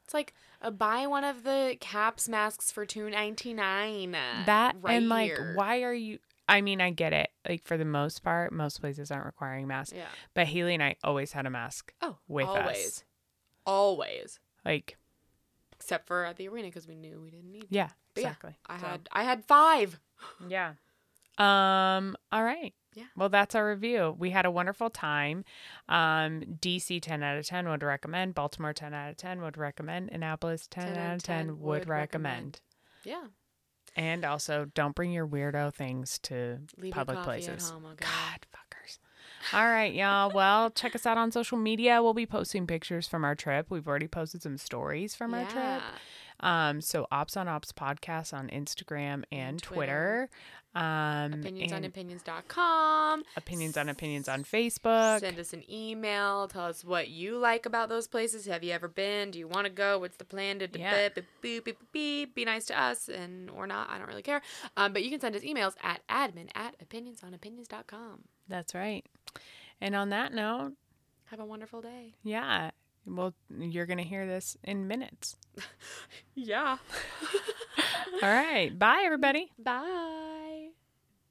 Speaker 2: It's like uh, buy one of the caps masks for two ninety nine.
Speaker 1: That and like, why are you? I mean, I get it. Like for the most part, most places aren't requiring masks.
Speaker 2: Yeah.
Speaker 1: But Haley and I always had a mask
Speaker 2: Oh,
Speaker 1: with
Speaker 2: always,
Speaker 1: us.
Speaker 2: always,
Speaker 1: Like,
Speaker 2: except for at the arena because we knew we didn't need.
Speaker 1: yeah,
Speaker 2: But yeah,
Speaker 1: exactly.
Speaker 2: I
Speaker 1: So,
Speaker 2: had I had five.
Speaker 1: yeah. Um. All right.
Speaker 2: Yeah.
Speaker 1: Well, that's our review. We had a wonderful time. Um, DC 10 out of 10 would recommend. Baltimore 10 out of 10 would recommend. Annapolis 10, out of 10, would recommend.
Speaker 2: Yeah,
Speaker 1: And also, don't bring your weirdo things to
Speaker 2: leave
Speaker 1: public
Speaker 2: your coffee
Speaker 1: places.
Speaker 2: at home. Okay?
Speaker 1: God, fuckers. All right, y'all. Well, check us out on social media. We'll be posting pictures from our trip. We've already posted some stories from our trip.
Speaker 2: Yeah.
Speaker 1: Um, so Ops on Ops podcast on Instagram and Twitter.
Speaker 2: Twitter.
Speaker 1: Um,
Speaker 2: Opinions on
Speaker 1: and
Speaker 2: opinions.com.
Speaker 1: opinions on opinions on Facebook.
Speaker 2: Send us an email. Tell us what you like about those places. Have you ever been? Do you want to go? What's the plan? Da- da-
Speaker 1: Yeah.
Speaker 2: da- beep, beep, beep, beep. Be nice to us and or not. I don't really care. Um, but you can send us emails at admin at opinionsonopinions.com.
Speaker 1: That's right. And on that note,
Speaker 2: Have a wonderful day.
Speaker 1: yeah, well, you're gonna hear this in minutes.
Speaker 2: Yeah.
Speaker 1: All right, bye everybody.
Speaker 2: Bye.